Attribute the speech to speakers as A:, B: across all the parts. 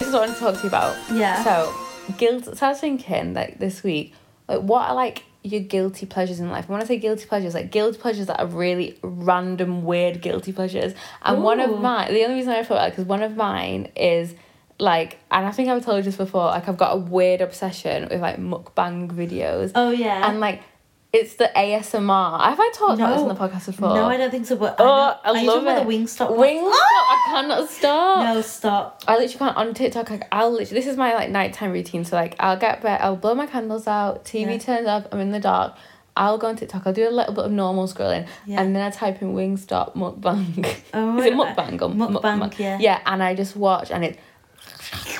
A: is what I want to talk to you about.
B: Yeah.
A: So, guilt. So I was thinking like this week, like what are like your guilty pleasures in life? And when I say guilty pleasures, like guilty pleasures that are really random, weird guilty pleasures. And one
B: Ooh.
A: of mine, the only reason I thought that because one of mine is like, and I think I've told you this before. Like I've got a weird obsession with like mukbang videos,
B: Oh yeah.
A: and like it's the ASMR. Have I talked about this on
B: No.
A: the podcast before?
B: No, I don't think so. But
A: Oh,
B: I, know,
A: I
B: are you talking
A: love
B: about
A: it.
B: the Wingstop. one?
A: Wingstop, I cannot stop.
B: No, stop.
A: I literally can't on TikTok. Like I'll literally this is my like nighttime routine. So like I'll get bed, I'll blow my candles out, TV
B: Yeah.
A: turns up, I'm in the dark. I'll go on TikTok. I'll do a little bit of normal scrolling,
B: Yeah.
A: and then I type in Wingstop mukbang.
B: Oh,
A: is it
B: right.
A: mukbang or
B: Mukbang, yeah.
A: Yeah, and I just watch, and it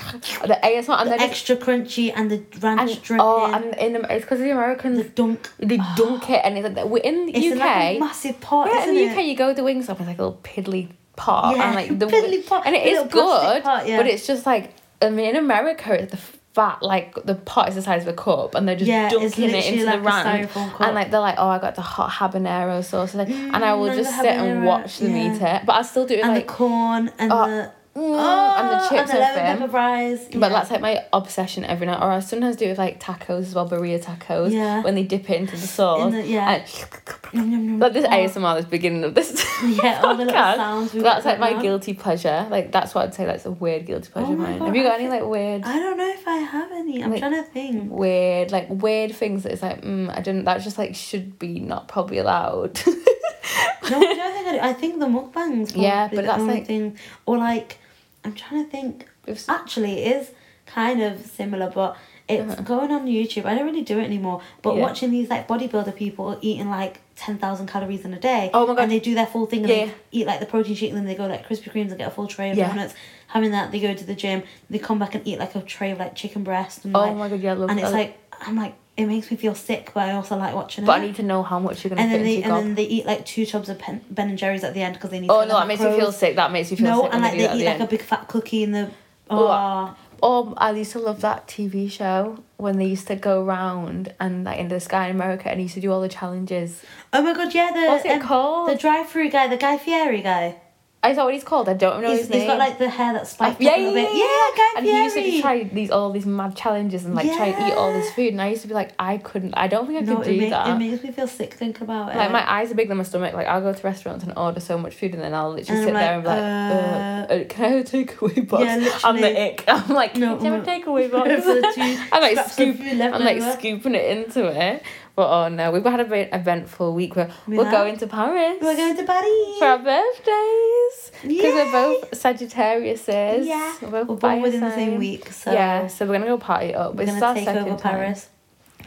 A: the ASMR, and
B: The
A: then just
B: extra crunchy and the ranch
A: Oh, and,
B: dripping.
A: oh, and in the, it's because the
B: the
A: Americans
B: dunk.
A: they dunk it, and it's like we're in the
B: It's in,
A: UK.
B: like a massive pot,
A: Yeah,
B: Oh,
A: in
B: isn't
A: the
B: it?
A: UK, you go to Wingstop, it's like a little piddly pot,
B: Yeah,
A: and like the
B: piddly pot,
A: and it
B: the
A: is
B: little plastic
A: good,
B: pot, yeah.
A: but it's just like I mean, in America, it's the fat like the pot is the size of a cup, and they're just
B: Yeah, it's
A: dunking it
B: literally
A: into
B: like
A: the
B: a
A: ranch,
B: styrofoam cup.
A: and like they're like, oh, I got the hot habanero sauce, and, like, and I will
B: Mm,
A: just
B: the
A: sit and
B: habanero,
A: watch them
B: yeah.
A: eat it, but I still do it
B: and
A: like.
B: the corn and
A: Oh,
B: the oh,
A: mm, and the chips
B: and the
A: with
B: lemon
A: them.
B: pepper fries.
A: But that's like my obsession every night, or I sometimes do it with like tacos as well, burrito tacos.
B: Yeah.
A: When they dip it into the sauce.
B: the- yeah.
A: And like this ASMR, this beginning of this.
B: Oh. Yeah, all the little
A: podcast.
B: sounds we
A: That's
B: make
A: like my
B: now.
A: guilty pleasure. Like that's what I'd say. That's a weird guilty pleasure of
B: Oh my
A: mine.
B: God,
A: Have you got
B: I
A: any like weird,
B: I don't know if I have any. I'm
A: Like-
B: trying to think.
A: weird, like weird things that it's like, mm, I didn't. That's just like should be not probably allowed.
B: No, I don't think I do. I think the mukbangs. probably
A: Yeah, but
B: the
A: that's
B: only
A: like-
B: thing. Or like, I'm trying to think.
A: If-
B: Actually, it is kind of similar, but it's going on YouTube. I don't really do it anymore. But
A: Uh-huh. Yeah.
B: watching these like bodybuilder people eating like ten thousand calories in a day.
A: Oh my God.
B: And they do their full thing. And
A: Yeah.
B: They eat like the protein shake, and then they go like Krispy Kremes and get a full tray of
A: Yeah.
B: donuts. Having that, they go to the gym. They come back and eat like a tray of like chicken breast. And,
A: Oh
B: like,
A: my God, yeah, I love
B: And it's
A: that.
B: like I'm like it makes me feel sick, but I also like watching
A: but
B: it
A: I need to know how much you're gonna
B: and
A: fit
B: then they
A: into
B: and
A: your
B: then
A: gob.
B: they eat like two tubs of ben, ben and Jerry's at the end because they need.
A: Oh
B: to
A: no, that makes you feel
B: macros.
A: sick. That makes you feel
B: No,
A: sick. when
B: and like
A: do
B: they,
A: that at
B: eat
A: the
B: like
A: end.
B: a big fat cookie in the.
A: Oh,
B: Oh,
A: Oh, I used to love that TV show when they used to go round and like into the sky in America and he used to do all the challenges.
B: oh my god, yeah, the
A: What's it called?
B: The drive-through guy, the Guy Fieri guy.
A: Is that what he's called? I don't know
B: he's,
A: his
B: he's
A: name.
B: got like the hair that's
A: I-
B: spiked up a little bit. Yeah, Guy
A: And he
B: Fieri.
A: used to try these all these mad challenges and like try and eat all this
B: Yeah.
A: food and I used to be like I couldn't I don't think I could
B: no,
A: do
B: it, make,
A: that.
B: it makes me feel sick thinking about it.
A: like my eyes are bigger than my stomach. Like I'll go to restaurants and order so much food, and then I'll literally
B: And
A: sit
B: I'm
A: there and be like, uh, uh, "Can I have a takeaway box?"
B: Yeah,
A: I'm
B: literally.
A: the ick. I'm like,
B: No,
A: "Can I have a takeaway box?"
B: For the two
A: I'm like
B: scraps of
A: scoop,
B: food left
A: I'm like
B: over.
A: scooping it into it. But oh no, we've had a bit eventful week. We're
B: We
A: we're
B: have.
A: going to Paris.
B: We're going to Paris.
A: for our birthdays because we're
B: Yay.
A: both Sagittariuses.
B: yeah,
A: we're,
B: we're
A: both
B: born within the
A: fire
B: same
A: sign.
B: week, so
A: yeah, so we're gonna go party it up.
B: we're
A: It's
B: gonna
A: our
B: take
A: second
B: over
A: time.
B: Paris.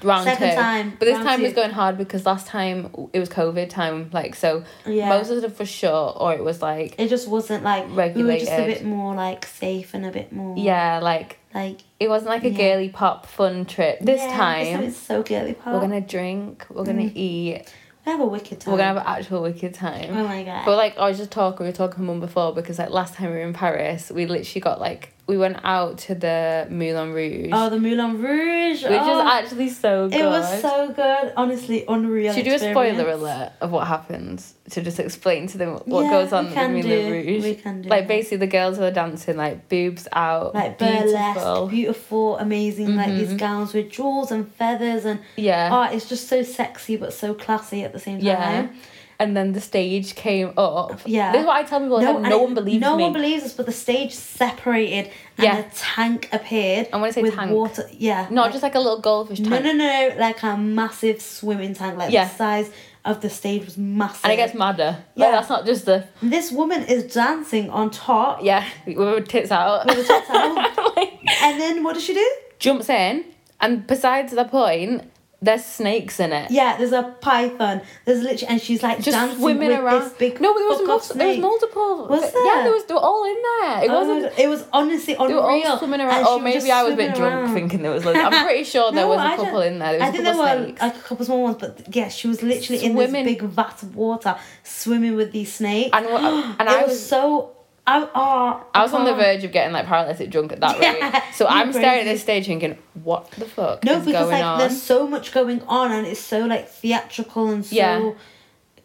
A: Round
B: Second
A: two.
B: time,
A: But this
B: round
A: time was
B: two.
A: going hard because last time it was COVID time, like so
B: Yeah.
A: most of them for sure, or it was like
B: it just wasn't like we were just a
A: Regulated.
B: bit more like safe and a bit more
A: yeah, like
B: like
A: it wasn't like a
B: Yeah.
A: girly pop fun trip. This
B: yeah,
A: time
B: it's so girly pop.
A: we're gonna drink, we're gonna eat,
B: We have a wicked time.
A: we're gonna have an actual wicked time.
B: oh my god.
A: But like I was just talking, we were talking to mum before because like last time we were in Paris, we literally got like we went out to the Moulin Rouge,
B: oh the Moulin Rouge.
A: which
B: oh,
A: is actually so good.
B: it was so good. Honestly, unreal.
A: Should we do a spoiler
B: experience.
A: alert of what happens to just explain to them what
B: Yeah,
A: goes on
B: we
A: in
B: can
A: the Moulin
B: do.
A: Rouge?
B: We can do.
A: Like
B: that.
A: basically the girls who are dancing like boobs out,
B: Like
A: beautiful. Mm-hmm.
B: burlesque, beautiful, amazing, like these gowns with jewels and feathers and
A: yeah,
B: oh, it's just so sexy but so classy at the same time.
A: yeah. And then the stage came up.
B: Yeah.
A: this is what I tell people. No,
B: and
A: no
B: it-
A: one believes
B: no
A: me.
B: one believes us, but the stage separated and
A: Yeah.
B: a tank appeared.
A: And when I say
B: with
A: tank,
B: water, yeah,
A: Not
B: like-
A: just like a little goldfish tank.
B: No, no, no, like a massive swimming tank. Like
A: Yeah.
B: the size of the stage was massive.
A: And it gets madder. Yeah,
B: Yeah.
A: that's not just the
B: This woman is dancing on top.
A: yeah with her tits out.
B: With her tits out.
A: Like,
B: And then what does she do?
A: jumps in, and besides the point, there's snakes in it.
B: Yeah, there's a python. There's literally, and she's like
A: just
B: dancing
A: swimming
B: with
A: around.
B: this big.
A: no, but there was
B: fuck
A: mul-
B: off
A: there was
B: snake.
A: multiple.
B: Was
A: Yeah,
B: there?
A: there was. They were all in there. It
B: Oh my
A: wasn't.
B: God, It was honestly unreal.
A: They were all swimming around.
B: and she
A: Oh,
B: was
A: maybe
B: just
A: I was a bit
B: swimming
A: drunk
B: around.
A: thinking there was. Loads. I'm pretty sure there
B: No,
A: was a
B: I
A: couple
B: don't-
A: in there. There was
B: I think
A: a
B: there
A: couple of
B: were
A: snakes.
B: like a couple small ones, but yeah, she was literally
A: Swimming.
B: in this big vat of water, swimming with these snakes.
A: And wha- and
B: it
A: I
B: was,
A: was-
B: so. I, oh,
A: I was on the
B: can't.
A: verge of getting like paralytic drunk at that
B: Yeah,
A: rate. So
B: you
A: I'm staring at
B: crazy.
A: this stage thinking, what the fuck
B: No,
A: is
B: because
A: going
B: like
A: on?
B: there's so much going on and it's so like theatrical and so
A: Yeah.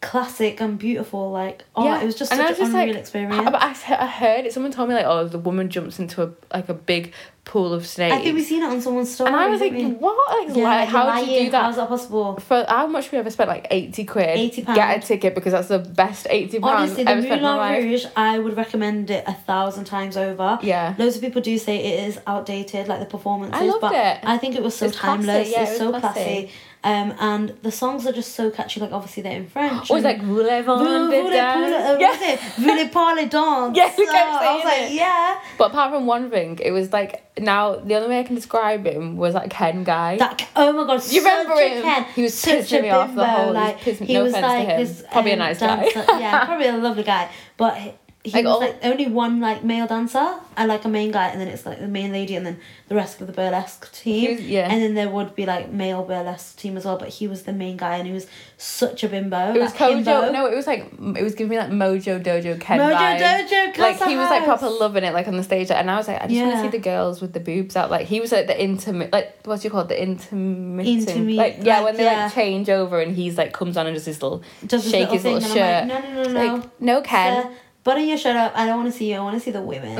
B: classic and beautiful. Like, oh, it was just
A: and I
B: such an
A: was just
B: unreal
A: like-
B: experience.
A: But I, se- I heard it. Someone told me like, oh, the woman jumps into a like a big pool of snakes.
B: I think we've seen it on someone's story.
A: and I was like,
B: haven't we?
A: what? Like, like,
B: you're
A: how did you
B: lying,
A: do that?
B: How's that possible?
A: For how much we ever spent? Like eighty quid.
B: 80 pound.
A: Get a ticket because that's the best eighty pounds
B: Honestly, the
A: ever spent in my
B: Moulin
A: life.
B: Rouge, I would recommend it a thousand times over.
A: Yeah.
B: Loads of people do say it is outdated, like the performances.
A: I loved
B: but
A: it.
B: I think it was so
A: It's classy,
B: timeless.
A: yeah,
B: it's
A: it was
B: so
A: classy.
B: classy. Um, and the songs are just so catchy. Like obviously they're in French.
A: Or it's like
B: and-
A: voulez
B: Vous voulez parler- uh, what is
A: Yeah.
B: it? Voulez parler dance.
A: Yes, you kept
B: Uh, I was
A: saying
B: like,
A: it.
B: yeah.
A: But apart from one thing, it was like now the only way I can describe him was that Ken guy.
B: That c- oh my god,
A: You remember
B: such a
A: him?
B: Ken,
A: He was
B: such
A: pissing
B: a
A: me off the
B: bimbo,
A: whole-
B: Like,
A: he's pissing-
B: he
A: no
B: was
A: offense to
B: like
A: him.
B: this,
A: Probably a
B: um,
A: nice guy.
B: dancer- yeah, probably a lovely guy, but he, he
A: Like oh.
B: was
A: all-
B: like only one like male dancer and like a main guy, and then it's like the main lady, and then the rest of the burlesque
A: He
B: team.
A: was- yeah.
B: and then there would be like male burlesque team as well, but he was the main guy, and he was such a bimbo.
A: it was
B: like,
A: Kojo.
B: himbo.
A: No, it was like it was giving me like Mojo Dojo Ken
B: Mojo
A: vibes.
B: Dojo,
A: Like
B: Casa
A: he was like
B: House.
A: proper loving it, like on the stage, and I was like, I just want
B: Yeah.
A: to see the girls with the boobs out. Like he was like the intermit, like what's you called the intermittent,
B: Intermi-
A: like yeah,
B: like,
A: when they
B: yeah.
A: like change over and he's like comes on and does his little
B: Does this
A: shake
B: little
A: his little
B: thing,
A: shirt.
B: and I'm like, no, no, no, no.
A: Like no Ken,
B: Sir, button your shirt up. I don't want to see you. I want to see the women.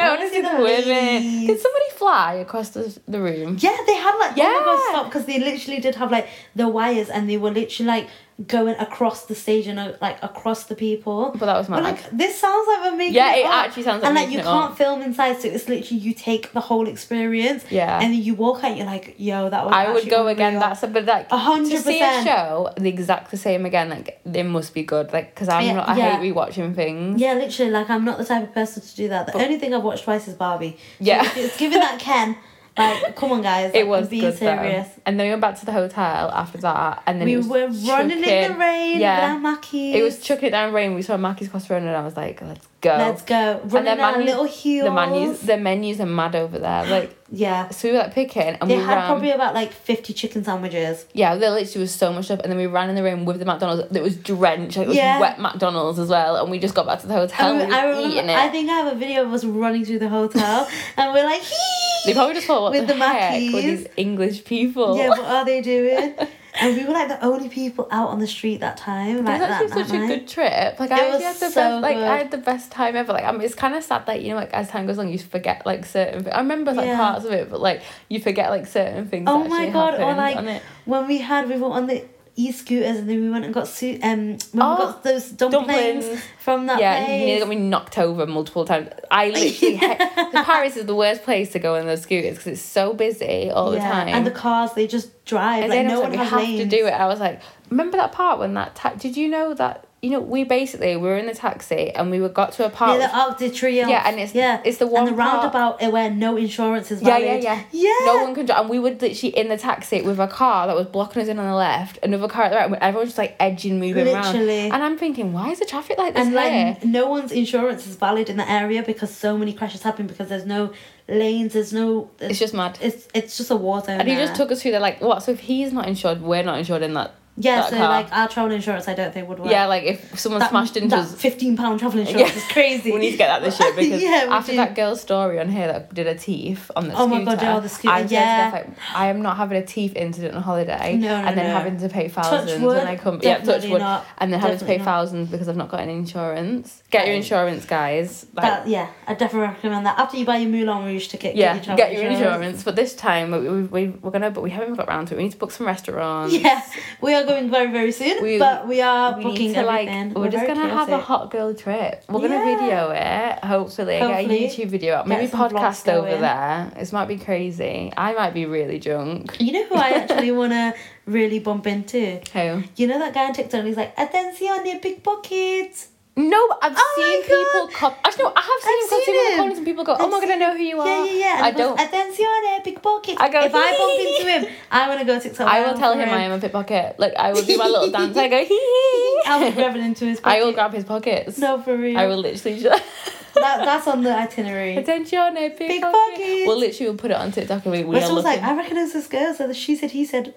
A: I want to see the women. Did
B: ladies.
A: somebody fly across the the room?
B: Yeah, they had like yeah. oh my god
A: Yeah.
B: stop because they literally did have like the wires and they were literally like going across the stage and uh, like across the people.
A: But that was Oh my
B: But
A: life.
B: like this sounds like we're making
A: Yeah, it
B: up.
A: actually sounds like
B: and like
A: making
B: you
A: it
B: can't
A: up.
B: film inside, so it's literally you take the whole experience.
A: Yeah.
B: and then you walk out, you're like, yo, that was.
A: I would
B: actually
A: go again.
B: unreal.
A: That's a bit like
B: A hundred
A: to see a
B: percent.
A: show the exact the same again. Like they must be good. Like because I'm
B: Yeah,
A: not. I
B: yeah.
A: hate rewatching things.
B: Yeah, literally, like I'm not the type of person to do that. The only thing I've watched twice is Barbie. So
A: Yeah.
B: if it's giving that Ken. Like, come on, guys. like,
A: It
B: I'm
A: was
B: being
A: good
B: serious.
A: though. And then we went back to the hotel after that, and then
B: We
A: it was
B: were running in the
A: chucking-
B: rain.
A: Yeah.
B: Yeah, Mackies.
A: It was chucking it down rain. We saw Mackie's cross the road, and I was like, "Let's go."
B: Let's go. Running
A: their
B: our
A: menus-
B: little heels.
A: the menus, the menus are mad over there. Like,
B: Yeah.
A: so we were like picking, and
B: They
A: we
B: had
A: ran.
B: probably about like 50 chicken sandwiches.
A: Yeah, there literally was so much stuff, and then we ran in the rain with the McDonald's that was drenched. Like, it was
B: Yeah.
A: wet McDonald's as well, and we just got back to the hotel. and we
B: I,
A: were
B: remember-
A: eating it.
B: I think I have a video of us running through the hotel and we're like, hee!
A: They probably just thought, what
B: With
A: the,
B: the
A: heck with
B: Mackeys.
A: these English people?
B: Yeah, what are they doing? and we were like the only people out on the street that time.
A: It was
B: Like
A: actually
B: that, that
A: such a
B: night.
A: good trip. Like I
B: It
A: actually
B: was
A: had the
B: so
A: best. Like I
B: good.
A: had the best time ever. Like I'm. It's kind of sad that you know, like as time goes along, you forget like certain. Things. I remember like
B: Yeah.
A: parts of it, but like you forget like certain things.
B: Oh
A: that
B: my
A: actually
B: god! Or
A: happened
B: like
A: on it.
B: when we had we were on the e scooters and then we went and got su- um when
A: Oh,
B: we got those dumplings,
A: dumplings.
B: from that
A: yeah,
B: place.
A: he nearly got me knocked over multiple times. I literally. ha- Paris is the worst place to go on those scooters because it's so busy all the time.
B: And the cars, they just drive.
A: And
B: like,
A: then I
B: no
A: was
B: one
A: like, we
B: has
A: have
B: lanes.
A: to do it. I was like, remember that part when that ta- did you know that you know we basically we were in the taxi and we were got to a part.
B: Near the Arc de Triomphe.
A: Yeah, and it's- it's the one
B: and the
A: part-
B: roundabout where no insurance is
A: yeah,
B: valid.
A: yeah, yeah,
B: yeah.
A: No one could, dri- and we were literally in the taxi with a car that was blocking us in on the left, another car at the right, and everyone's just like edging, moving
B: Literally.
A: around. And I'm thinking, why is the traffic like this
B: and
A: here?
B: like no one's insurance is valid in the area because so many crashes happen because there's no lanes, there's no.
A: it's just mad.
B: it's it's just a war zone.
A: And he just
B: there.
A: took us through. They're like, what? So if he's not insured, we're not insured in that.
B: Yeah,
A: that
B: so
A: car.
B: like our travel insurance, I don't think would work.
A: yeah, like if someone
B: that,
A: smashed into
B: that
A: us.
B: fifteen pound travel insurance is crazy.
A: We need to get that this year because
B: Yeah, we
A: after
B: do.
A: that girl's story on here that did her teeth on the
B: Oh my
A: scooter,
B: God, yeah, on the scooter,
A: I'm saying to
B: yeah.
A: Steph, like, I am not having a teeth incident on holiday
B: No, no,
A: and then
B: no.
A: having to pay
B: Touch
A: thousands
B: wood,
A: when I come yeah, touch
B: definitely
A: wood
B: not.
A: and then having to pay
B: Definitely not.
A: thousands because I've not got any insurance. Get your
B: Yeah.
A: insurance, guys. Like,
B: That, yeah, I definitely recommend that. After you buy your Moulin Rouge ticket,
A: yeah,
B: get your travel
A: get your insurance.
B: insurance.
A: But this time we, we, we we're gonna, but we haven't got round to it. We need to book some restaurants.
B: Yeah, we are going very very soon,
A: We-
B: but we are
A: We
B: booking
A: need to like.
B: everything.
A: We're, just
B: very
A: gonna have a
B: chaotic.
A: hot girl trip. We're gonna
B: Yeah.
A: video it. Hopefully,
B: Hopefully.
A: get a YouTube video up.
B: Get
A: Maybe
B: some vlogs
A: podcast over
B: going.
A: there. This might be crazy. I might be really drunk.
B: You know who I actually wanna really bump into?
A: Who?
B: You know that guy on TikTok? He's like, "Attention, your pickpockets."
A: No, but I've
B: Oh
A: seen
B: my God.
A: people. Cop- Actually, no, I have seen
B: I've
A: him. 'cause
B: seen
A: people
B: him.
A: call us and people go, "Oh
B: I've
A: my god, I
B: seen-
A: know who you are."
B: Yeah, yeah, yeah. And
A: I
B: he goes,
A: don't.
B: Attention, pickpockets.
A: I go,
B: if I bump into him, I wanna go TikTok.
A: I will tell
B: for
A: him I am a pickpocket. Like I will do my little dance. I go hee hee.
B: I'll be grabbing into his. Pocket.
A: I will grab his pockets.
B: No, for real.
A: I will literally just
B: That, that's on the itinerary.
A: attention eh, pickpocket.
B: Pickpocket.
A: We'll literally we'll put it on TikTok and we we
B: Where
A: are
B: someone's like,
A: looking.
B: "I recognize this girl." So the she said, he said,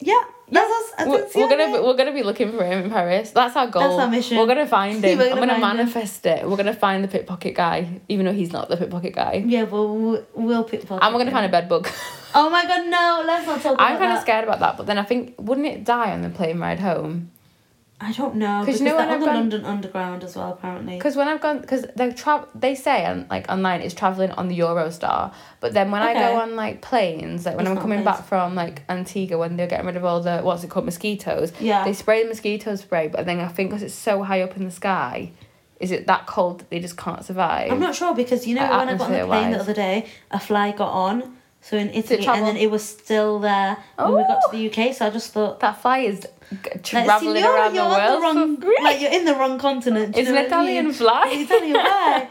B: "Yeah, that's us."
A: We're,
B: Attention. eh."
A: we're gonna be, we're gonna be looking for him in Paris. That's our goal.
B: our mission.
A: We're gonna find him.
B: We're gonna
A: I'm gonna
B: find him.
A: manifest it. We're gonna find the pickpocket guy, even though he's not the pickpocket guy.
B: Yeah, well, we'll, we'll pickpocket.
A: And we're gonna
B: him.
A: find a bed bug.
B: Oh my god, no, let's not talk about
A: I'm kind of
B: Oh, that.
A: scared about that, but then I think wouldn't it die on the plane ride home?
B: I don't know
A: 'Cause
B: because
A: you know
B: they're
A: when
B: on
A: I've
B: the
A: gone-
B: London Underground as well. Apparently,
A: Because when I've gone, because they tra- they say on like online it's traveling on the Eurostar, but then when I
B: Okay.
A: go on like planes, like when
B: It's
A: I'm
B: not
A: coming
B: planes.
A: back from like Antigua when they're getting rid of all the what's it called mosquitoes,
B: Yeah.
A: they spray the mosquito spray, but then I think because it's so high up in the sky, is it that cold that they just can't survive?
B: I'm not sure because you know
A: Uh,
B: when I got on the plane
A: atmosphere-wise.
B: the other day, a fly got on. So in Italy, and
A: travel?
B: then it was still there when we got to the UK. So I just thought,
A: That fly is g-
B: like,
A: traveling
B: "Signora,
A: around
B: you're
A: the
B: on
A: world.
B: wrong,
A: for free."
B: like you're in the wrong continent. do you
A: it's an
B: know what I mean?
A: Italian fly.
B: It's Italian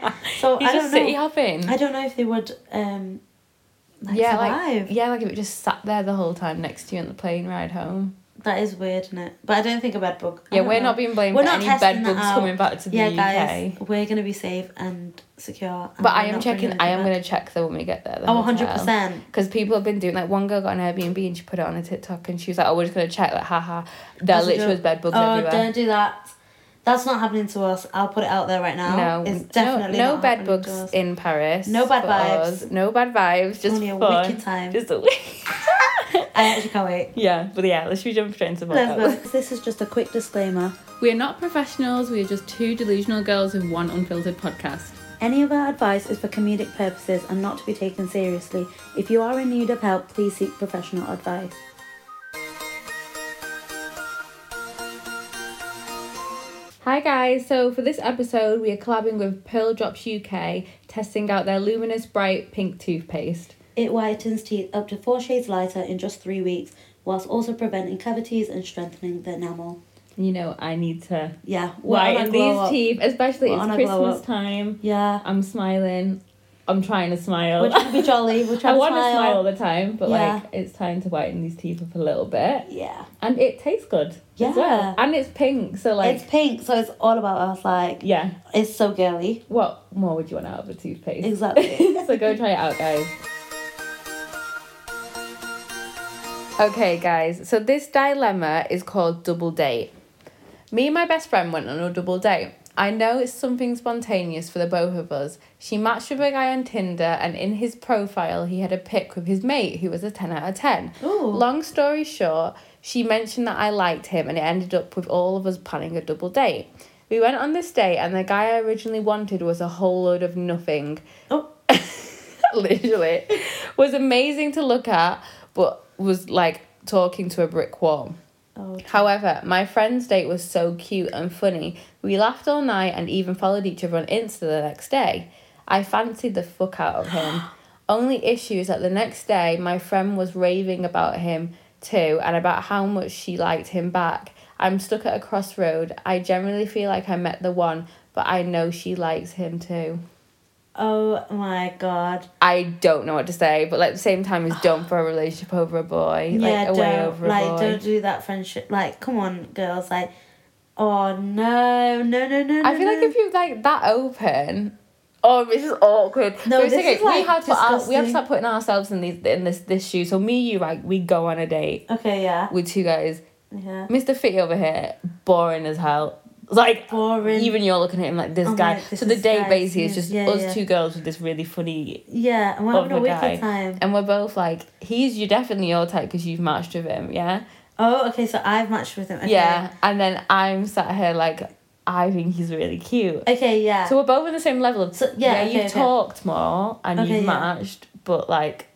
B: fly. So
A: He's
B: I
A: just
B: don't know.
A: city hopping.
B: I don't know if they would um like
A: Mm. yeah,
B: survive.
A: like yeah, like if it just sat there the whole time next to you on the plane ride home.
B: that is weird, isn't it? But I don't think a bed bug. I
A: Yeah,
B: don't
A: we're
B: know.
A: not being blamed
B: We're
A: for
B: not
A: any
B: testing
A: bed
B: that
A: bugs
B: out.
A: coming back to the
B: yeah,
A: UK.
B: guys, we're gonna be safe and secure. and
A: But I
B: we're
A: am
B: not bringing
A: checking.
B: anything
A: I am
B: back.
A: gonna check though when we get there.
B: Oh, 100 percent.
A: Because people have been doing like one girl got an Airbnb and she put it on a TikTok and she was like, "Oh, we're just gonna check." Like, haha, there
B: As a
A: literally was
B: joke.
A: bed bugs
B: Oh,
A: everywhere.
B: don't do that. That's not happening to us. I'll put it out there right now.
A: No,
B: it's
A: no-
B: definitely
A: no,
B: not
A: bed
B: happening
A: bugs
B: to us.
A: in Paris.
B: No bad
A: for
B: vibes.
A: us. No bad vibes. Just
B: Only a
A: fun.
B: wicked time.
A: Just a wicked.
B: I actually can't wait.
A: yeah, but yeah, let's we jump straight into the podcast.
B: Let's go. This is just a quick disclaimer.
A: We are not professionals, we are just two delusional girls with one unfiltered podcast.
B: Any of our advice is for comedic purposes and not to be taken seriously. If you are in need of help, please seek professional advice.
A: Hi guys, so for this episode, we are collabing with Pearl Drops UK, testing out their luminous bright pink toothpaste.
B: It whitens teeth up to four shades lighter in just three weeks, whilst also preventing cavities and strengthening the enamel.
A: You know, I need to
B: Yeah, we're on a
A: whiten
B: glow
A: these
B: up.
A: teeth, especially
B: We're
A: it's
B: on a glow
A: Christmas
B: up.
A: time.
B: Yeah,
A: I'm smiling, I'm trying to smile.
B: we're trying to be jolly. We're
A: I
B: trying
A: want
B: to smile.
A: all the time, but
B: Yeah.
A: like it's time to whiten these teeth up a little bit.
B: Yeah,
A: And it tastes good.
B: Yeah.
A: As well. And it's pink, so like,
B: it's pink, so it's all about us. Like,
A: yeah.
B: it's so girly.
A: What more would you want out of a toothpaste?
B: Exactly.
A: so go try it out, guys. Okay, guys, so this dilemma is called double date. Me and my best friend went on a double date. I know it's something spontaneous for the both of us. She matched with a guy on Tinder, and in his profile, he had a pic with his mate, who was a 10 out of 10.
B: Ooh.
A: Long story short, she mentioned that I liked him, and it ended up with all of us planning a double date. We went on this date, and the guy I originally wanted was a whole load of nothing
B: Oh,
A: literally was amazing to look at but was like talking to a brick wall
B: oh.
A: however my friend's date was so cute and funny we laughed all night and even followed each other on insta the next day i fancied the fuck out of him only issue is that the next day my friend was raving about him too and about how much she liked him back i'm stuck at a crossroad i generally feel like i met the one but i know she likes him too
B: Oh my god.
A: I don't know what to say, but like at the same time, he's done for a relationship over a boy, like
B: yeah,
A: away
B: don't
A: over a
B: like
A: boy.
B: don't do that friendship. Like, come on, girls. Like, oh no, no, no, no.
A: I feel
B: no,
A: like
B: no.
A: if you're like that open, oh, this is awkward.
B: No,
A: But it's
B: this
A: okay,
B: is, like,
A: we have to put our, we have to
B: disgusting.
A: start putting ourselves in these in this this shoe. So me, you, like we go on a date
B: Okay, yeah,
A: with two guys.
B: yeah.
A: Mister Fitty over here, boring as hell. Like
B: Boring.
A: even you're looking at him like this
B: I'm
A: guy.
B: like, this
A: so the
B: is
A: date
B: guys,
A: basically is
B: yeah,
A: just
B: yeah,
A: us
B: yeah.
A: two girls with this really funny
B: Yeah, and we're having
A: of
B: a
A: a
B: wicked
A: guy.
B: time.
A: And we're both like, he's you definitely your type because you've matched with him, yeah.
B: Oh, okay, so I've matched with him. Okay.
A: Yeah, and then I'm sat here like, I think he's really cute.
B: Okay, yeah.
A: So we're both on the same level. Of,
B: So- yeah, okay,
A: you've
B: okay.
A: talked more and
B: Okay,
A: you've
B: yeah.
A: matched, but like,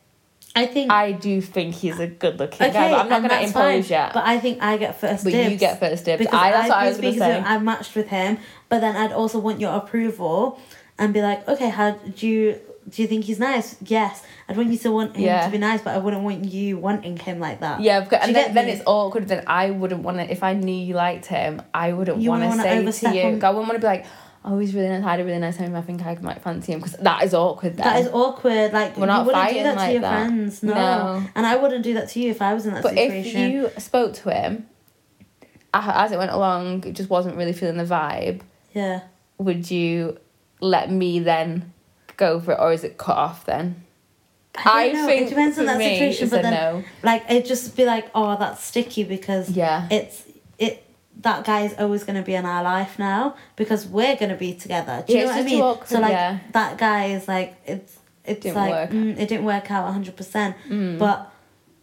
B: I think
A: I do think he's a good looking
B: okay,
A: guy. But I'm not gonna
B: and that's
A: impose
B: fine,
A: yet. But,
B: But I think I get first dibs.
A: you get first dibs.
B: Because
A: I, that's what
B: I'd
A: I
B: be
A: was gonna
B: speaking to
A: say.
B: him, I matched with him, but then I'd also want your approval and be like, okay, how do you do you think he's nice? Yes, I'd want you to want him
A: Yeah.
B: to be nice, but I wouldn't want you wanting him like that.
A: yeah, because,
B: Do
A: and
B: you
A: then,
B: get
A: then
B: me?
A: it's awkward. Then I wouldn't want to. If I knew you liked him, I wouldn't
B: You
A: want
B: wouldn't
A: to
B: wanna
A: say
B: overstep
A: to you.
B: on-
A: I wouldn't want to be like, oh, he's really nice. I had a really nice time. I think I might fancy him because that is awkward. Then.
B: That is awkward. Like
A: We're not
B: you wouldn't do
A: fighting
B: that
A: like
B: to your
A: that.
B: friends, no.
A: No.
B: And I wouldn't do that to you if I was in that
A: But if
B: situation.
A: you spoke to him, a- as it went along, it just wasn't really feeling the vibe.
B: yeah.
A: Would you let me then go for it, or is it cut off then?
B: I, don't know.
A: think
B: it depends on
A: for
B: that
A: me,
B: situation,
A: it's
B: but
A: a
B: then
A: no.
B: like it'd just be like, oh, that's sticky because
A: Yeah.
B: it's it that guy is always going to be in our life now because we're going to be together. Do you
A: Yeah,
B: know
A: it's
B: what I
A: just too
B: mean?
A: awkward,
B: so like
A: yeah.
B: that guy is like it's it's
A: Didn't
B: like
A: work. Mm.
B: mm, it didn't work out hundred percent. But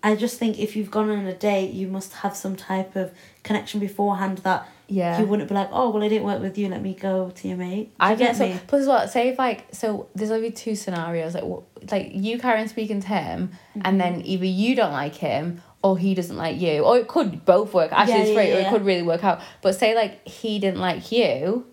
B: I just think if you've gone on a date, you must have some type of connection beforehand that
A: Yeah.
B: You wouldn't be like, oh, well, I didn't work with you. Let me go to your mate. Do
A: I
B: you
A: get
B: get
A: so.
B: me.
A: Plus, what say if like so? There's only two scenarios. Like, wh- like you, Karen, speaking to him,
B: Mm-hmm.
A: and then either you don't like him or he doesn't like you, or it could both work. Actually,
B: Yeah,
A: it's
B: yeah,
A: great, or it
B: yeah.
A: could really work out. But say like he didn't like you,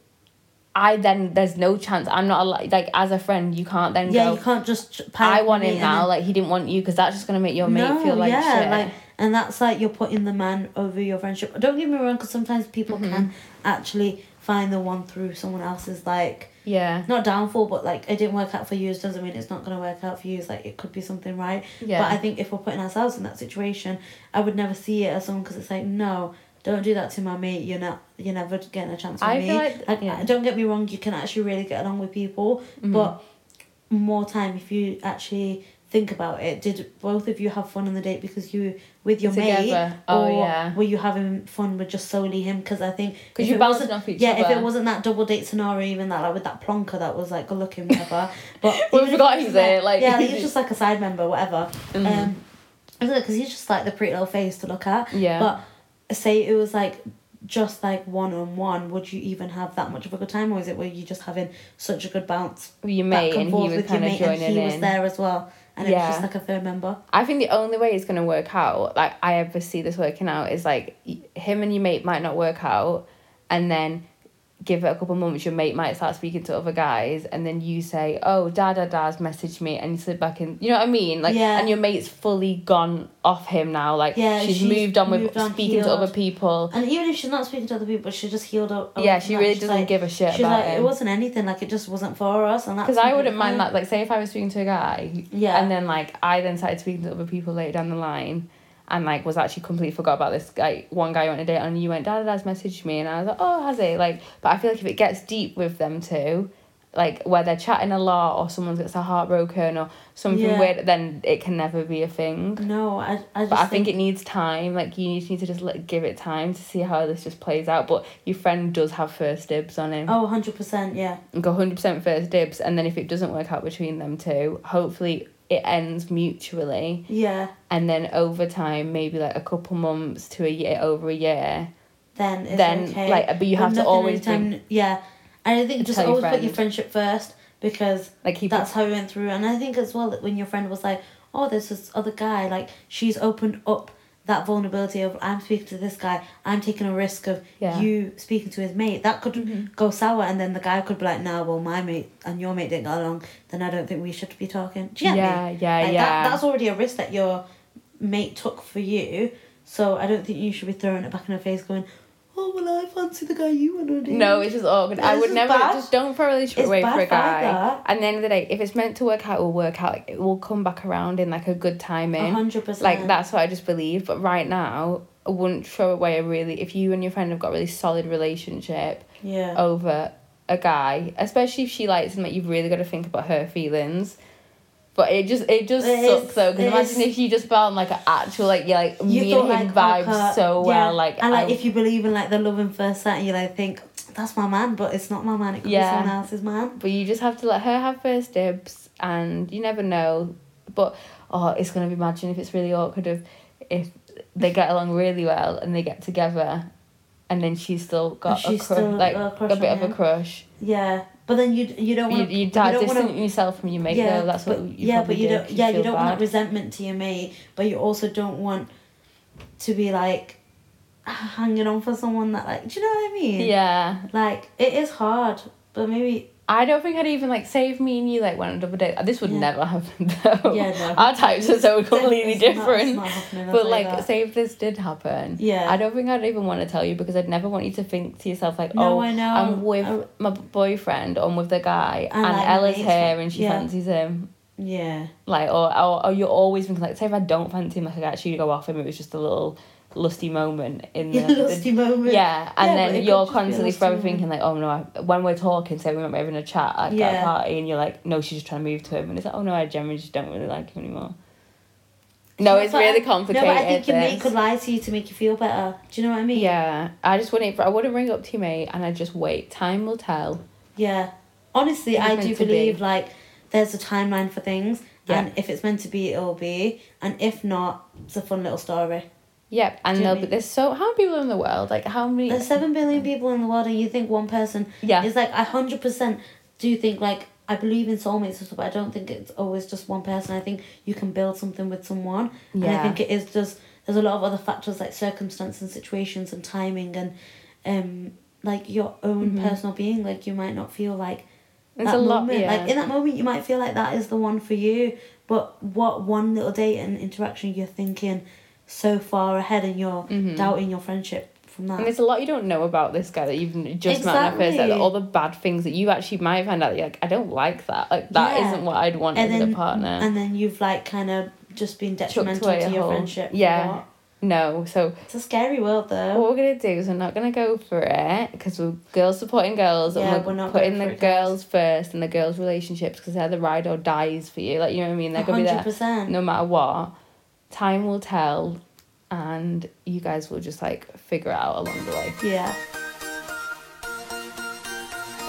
A: I then there's no chance. I'm not allowed. Like as a friend, you can't then
B: Yeah,
A: go.
B: you can't just. ch-
A: I
B: pirate
A: want
B: me
A: him
B: and
A: now.
B: then-
A: Like he didn't want you because that's just gonna make your mate feel like shit.
B: and that's like you're putting the man over your friendship. Don't get me wrong, because sometimes people
A: Mm-hmm.
B: can actually find the one through someone else's like
A: yeah.
B: not downfall, but like it didn't work out for you it doesn't mean it's not gonna work out for you. It's like it could be something right.
A: Yeah.
B: But I think if we're putting ourselves in that situation, I would never see it as someone because it's like no. Don't do that to my mate. You're not. You're never getting a chance with
A: I
B: me.
A: feel like-
B: like
A: yeah. Mm-hmm.
B: don't get me wrong. You can actually really get along with people, but more time if you actually think about it. Did both of you have fun on the date because you were with your mate,
A: Together. Oh,
B: or
A: yeah.
B: were you having fun with just solely him? Because I think
A: 'Cause
B: if
A: you
B: it
A: bouncing
B: wasn't-
A: off each
B: yeah, if
A: other.
B: it wasn't that double date scenario, even that like with that plonker that was like good looking, whatever. But
A: Well, we
B: even if
A: forgot
B: it
A: he's
B: was
A: there, like-
B: yeah, he's just like a side member, whatever.
A: Mm.
B: Um, because he's just like the pretty little face to look at.
A: Yeah.
B: But say it was like just like one on one, would you even have that much of a good time, or is it were you just having such a good bounce
A: Your
B: back
A: mate
B: and
A: and he
B: forth
A: was
B: with your
A: kind of
B: mate, and
A: joining
B: he was
A: in.
B: there as well, and it
A: Yeah.
B: was just like a third member.
A: I think the only way it's gonna work out, like I ever see this working out, is like y- him and your mate might not work out, and then give it a couple months, your mate might start speaking to other guys, and then you say, "Oh, da da da's messaged me," and you slip back in. You know what I mean? Like,
B: Yeah.
A: and your mate's fully gone off him now. Like,
B: Yeah,
A: she's,
B: she's
A: moved on with
B: moved on,
A: speaking to
B: healed.
A: other people.
B: And even if she's not speaking to other people, she just healed up.
A: yeah, she
B: Like,
A: really
B: Oh, she's
A: doesn't
B: like-
A: give a shit
B: She's
A: about
B: like,
A: him.
B: it wasn't anything. Like it just wasn't for us, and that's
A: Because I wouldn't
B: completely
A: mind
B: fine.
A: that. Like, say if I was speaking to a guy,
B: Yeah.
A: and then like I then started speaking to other people later down the line, and like was actually completely forgot about this guy. One guy I went on a date, and you went, "Dad, dad's messaged me," and I was like, "Oh, has he?" Like, but I feel like if it gets deep with them too, like where they're chatting a lot, or someone gets their heart broken, or something
B: Yeah. Mm,
A: weird, then it can never be a thing.
B: No, I, I just
A: But I think it needs time. Like you just need to just like, give it time to see how this just plays out. But your friend does have first dibs on him
B: Oh, 100%, yeah.
A: and go 100% first dibs and then if it doesn't work out between them two hopefully it ends mutually
B: Yeah.
A: and then over time maybe like a couple months to a year over a year
B: Then it's
A: Then,
B: okay.
A: like, but you have to
B: nothing
A: always
B: anytime- Yeah. And I think just
A: tell your
B: always put your friendship first because
A: like he
B: that's how we went through. And I think as well that when your friend was like, oh, there's this other guy, like, she's opened up that vulnerability of I'm speaking to this guy, I'm taking a risk of
A: Yeah. Mm-hmm.
B: you speaking to his mate. That could go sour, and then the guy could be like, no, well, my mate and your mate didn't get along, then I don't think we should be talking. Do you get me?
A: yeah yeah
B: Like,
A: yeah
B: That, that's already a risk that your mate took for you. So I don't think you should be throwing it back in her face going, oh, well, I fancy the guy you want to date.
A: no, it's just awkward. I
B: It's
A: would
B: just
A: never
B: bad.
A: just don't throw a relationship
B: It's
A: away
B: bad
A: for a
B: vibe,
A: guy.
B: that.
A: And at the end of the day, if it's meant to work out, it will work out. Like, it will come back around in like a good
B: A
A: timing.
B: 100%.
A: Like that's what I just believe. But right now, I wouldn't throw away a really. If you and your friend have got a really solid relationship,
B: Yeah.
A: over a guy, especially if she likes him. Like you've really got to think about her feelings. But it just it just
B: It
A: sucks
B: is-
A: though. Because
B: it
A: imagine
B: is-
A: if you just found like an actual like yeah like me and him
B: like,
A: vibe
B: oh, Kurt,
A: so
B: yeah.
A: well like
B: and like
A: I-
B: if you believe in like the love and first sight, and you like think that's my man, but it's not my man. It could
A: Yeah.
B: be someone else's man.
A: but you just have to let her have first dibs and you never know but oh it's gonna be imagine if it's really awkward if if they get along really well and they get together and then she's still got
B: she's
A: a crush
B: still
A: like
B: got a
A: a,
B: crush
A: bit
B: on
A: of a
B: him.
A: crush
B: Yeah, but then you you don't want
A: you, you
B: but
A: start
B: you don't wanna-
A: distancing yourself from your mate though that's what
B: but,
A: you
B: yeah,
A: probably
B: but you
A: do
B: don't.
A: 'cause you
B: Yeah, you
A: feel
B: don't
A: bad.
B: want that resentment to your mate, but you also don't want to be like hanging on for someone that like. Do you know what I mean?
A: yeah
B: Like it is hard, but maybe
A: I don't think I'd even like save me and you like went on a double date. This would
B: Yeah.
A: never happen though.
B: Yeah, no.
A: Our types are so completely
B: it's not- it's
A: different.
B: not happening, I'll
A: but
B: say
A: like,
B: that.
A: say if this did happen.
B: Yeah.
A: I don't think I'd even want to tell you because I'd never want you to think to yourself like, oh,
B: No, I know.
A: am with
B: I-
A: my b- boyfriend or I'm with the guy
B: And,
A: and,
B: like,
A: Ella's
B: mates,
A: here
B: like-
A: and she
B: yeah.
A: fancies him.
B: yeah.
A: Like, or, or or you're always thinking like, say if I don't fancy him, like I actually go off him. It was just a little lusty moment in the,
B: Yeah,
A: the
B: lusty moment.
A: yeah, and
B: Yeah, but it
A: then
B: could
A: you're
B: just be a
A: constantly
B: lost
A: forever
B: moment.
A: thinking like, oh no, I, when we're talking, say we might be having a chat at at
B: Yeah.
A: a party, and you're like, no, she's just trying to move to him, and it's like, oh no, I generally just don't really like him anymore. No, it's
B: but
A: really
B: I-
A: complicated.
B: No, but I think your mate
A: this.
B: could lie to you to make you feel better. Do you know what I mean?
A: yeah, I just wouldn't. I wouldn't ring up to your mate, and I would just wait. Time will tell.
B: Yeah. Honestly,
A: If it's
B: I
A: meant
B: do
A: to be.
B: believe like there's a timeline for things,
A: Yeah.
B: and if it's meant to be, it'll be, and if not, it's a fun little story.
A: Yep, and
B: Do you
A: they'll be
B: know what I mean?
A: there's so how many people in the world? Like how many?
B: There's seven billion people in the world, and you think one person
A: Yeah,
B: is like I hundred percent do think like I believe in soulmates and stuff, but I don't think it's always just one person. I think you can build something with someone, and I
A: Yeah.
B: think it is just there's a lot of other factors like circumstance and situations and timing and um like your own
A: Mhm.
B: personal being. Like you might not feel like
A: it's
B: that
A: a lot.
B: moment.
A: Yeah.
B: Like in that moment, you might feel like that is the one for you, but what one little date and interaction you're thinking so far ahead, and you're
A: Mhm.
B: doubting your friendship from that.
A: and there's a lot you don't know about this guy that you've just met on
B: Exactly.
A: that first date. like, All the bad things that you actually might find out. That you're like, I don't like that. Like that
B: Yeah.
A: not what I'd want
B: And
A: in
B: then-
A: a partner.
B: and then you've like kind of just been detrimental
A: away
B: to
A: a
B: your
A: whole-
B: friendship. for
A: Yeah. Oh,
B: what?
A: no, so
B: it's a scary world though.
A: What we're gonna do is we're not gonna go for it because we're girls supporting girls
B: Yeah,
A: and
B: we're
A: we're,
B: not
A: putting
B: going
A: the
B: for it,
A: girls.
B: guys.
A: first and the girls' relationships because they're the ride or dies for you. Like you know what I mean? They're gonna be
B: hundred
A: there
B: percent.
A: no matter what. Time will tell, and you guys will just like figure it out along the way.
B: Yeah.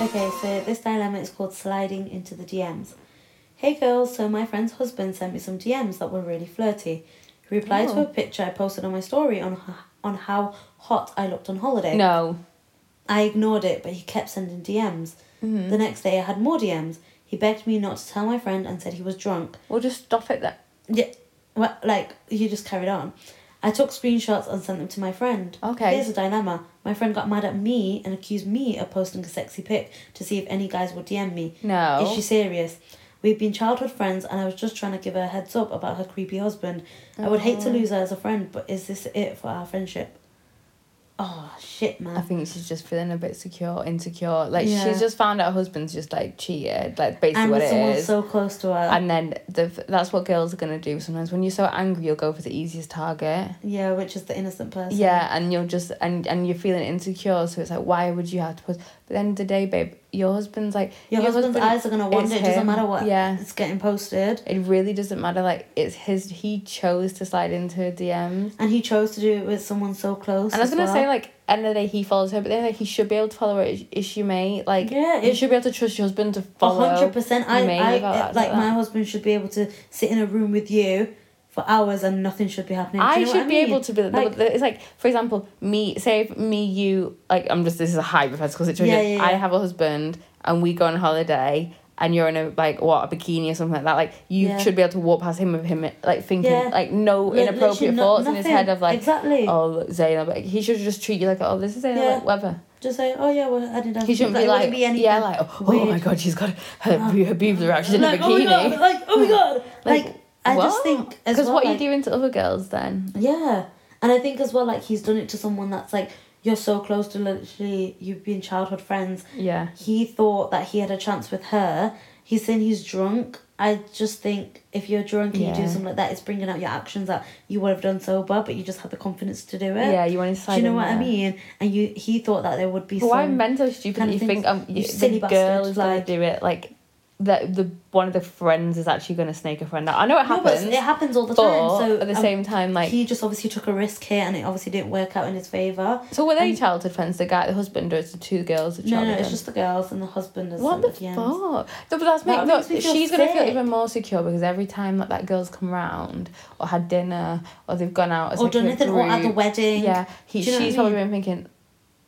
B: Okay, so this dilemma is called sliding into the DMs. Hey girls, so my friend's husband sent me some DMs that were really flirty. He replied to
A: Oh.
B: a picture I posted on my story on h- on how hot I looked on holiday.
A: No.
B: I ignored it, but he kept sending DMs.
A: Mhm.
B: The next day, I had more DMs. He begged me not to tell my friend and said he was drunk.
A: We'll just stop it there.
B: Yeah, well, like you just carried on. I took screenshots and sent them to my friend.
A: Okay.
B: Here's a dilemma. My friend got mad at me and accused me of posting a sexy pic to see if any guys would DM me.
A: No.
B: Is she serious? We've been childhood friends, and I was just trying to give her a heads up about her creepy husband. I would hate to
A: Oh.
B: lose her as a friend, but is this it for our friendship? Oh shit,
A: I
B: man!
A: think she's just feeling a bit secure, insecure. Like
B: Yeah.
A: she's just found out her husband's just like cheated. Like basically
B: And
A: what it
B: someone
A: is.
B: so close to her.
A: And then the, that's what girls are gonna do sometimes. When you're so angry, you'll go for the easiest target.
B: yeah, which is the innocent person.
A: Yeah, and you're just and and you're feeling insecure, so it's like, why would you have to post? But then the day, babe, your husband's like
B: Your, husband's
A: husband-
B: eyes are gonna wander. It
A: it's
B: doesn't
A: him.
B: matter what.
A: Yeah.
B: It's getting posted.
A: It really doesn't matter. Like it's his. He chose to slide into her DMs,
B: And he chose to do it with someone so close.
A: and I was
B: as
A: gonna say
B: well.
A: like end of the day he follows her, but then like he should be able to follow her. Is, is she mate? Like
B: Yeah,
A: you
B: it-
A: should be able to trust your husband to
B: a
A: follow.
B: hundred percent. I,
A: made
B: I
A: about that,
B: like
A: about
B: my
A: that.
B: husband should be able to sit in a room with you for hours and nothing should be happening. Do you
A: I
B: know what
A: should be
B: mean?
A: able to be the-
B: Like-
A: the- it's like for example me say if me you like I'm just this is a hypothetical situation
B: Yeah, yeah,
A: I
B: yeah.
A: have a husband and we go on holiday and you're in a like what a bikini or something like that like you
B: Yeah.
A: should be able to walk past him with him like thinking
B: Yeah.
A: like no
B: Li- literally
A: inappropriate
B: no-
A: thoughts in his
B: nothing.
A: head of like
B: exactly.
A: oh look, Zaynab like, he should just treat you like oh this is Zaynab
B: Yeah.
A: like whatever
B: Just say oh yeah, well I didn't.
A: he shouldn't be Oh. like yeah like oh, oh my
B: weird.
A: god she's got her, her boobs are actually in a
B: like, oh my
A: bikini
B: god, like oh my god, like,
A: Like,
B: I just think as
A: because
B: well,
A: what
B: like,
A: you doing to other girls then
B: Yeah, and I think as well like he's done it to someone that's like you're so close to literally you've been childhood friends
A: yeah
B: he thought that he had a chance with her. He's saying he's drunk. I just think if you're drunk and you do
A: Yeah.
B: something like that, it's bringing out your actions that you would have done sober, but you just had the confidence to do it.
A: yeah you want to
B: Do
A: slide
B: you know
A: in
B: what I
A: there.
B: mean? And you, he thought that there would be
A: But why
B: some.
A: men so stupid
B: kind
A: that
B: of
A: you
B: things-
A: think um,
B: you
A: you,
B: silly
A: the girl
B: bastard,
A: is going
B: like-
A: to do it? Like, the, the one of the friends is actually going to snake a friend out. I know it
B: No, but
A: happens,
B: it happens all the
A: but,
B: time. So
A: at the
B: um,
A: same time, like,
B: he just obviously took a risk here, and it obviously didn't work out in his favor.
A: so were they
B: and-
A: childhood friends? The guy, the husband, or is the two girls? That
B: No,
A: Charlie
B: no, it's
A: done?
B: just the girls and the husband. and
A: What the fuck?
B: DMs.
A: No, but that's
B: That
A: make, no,
B: makes me feel
A: she's gonna feel
B: sick.
A: even more secure because every time that that girl's come round or had dinner or they've gone out as
B: Or
A: like
B: done
A: a
B: anything, or at the
A: group,
B: wedding.
A: Yeah, he,
B: Do you know
A: she's
B: what I
A: probably
B: mean?
A: been thinking,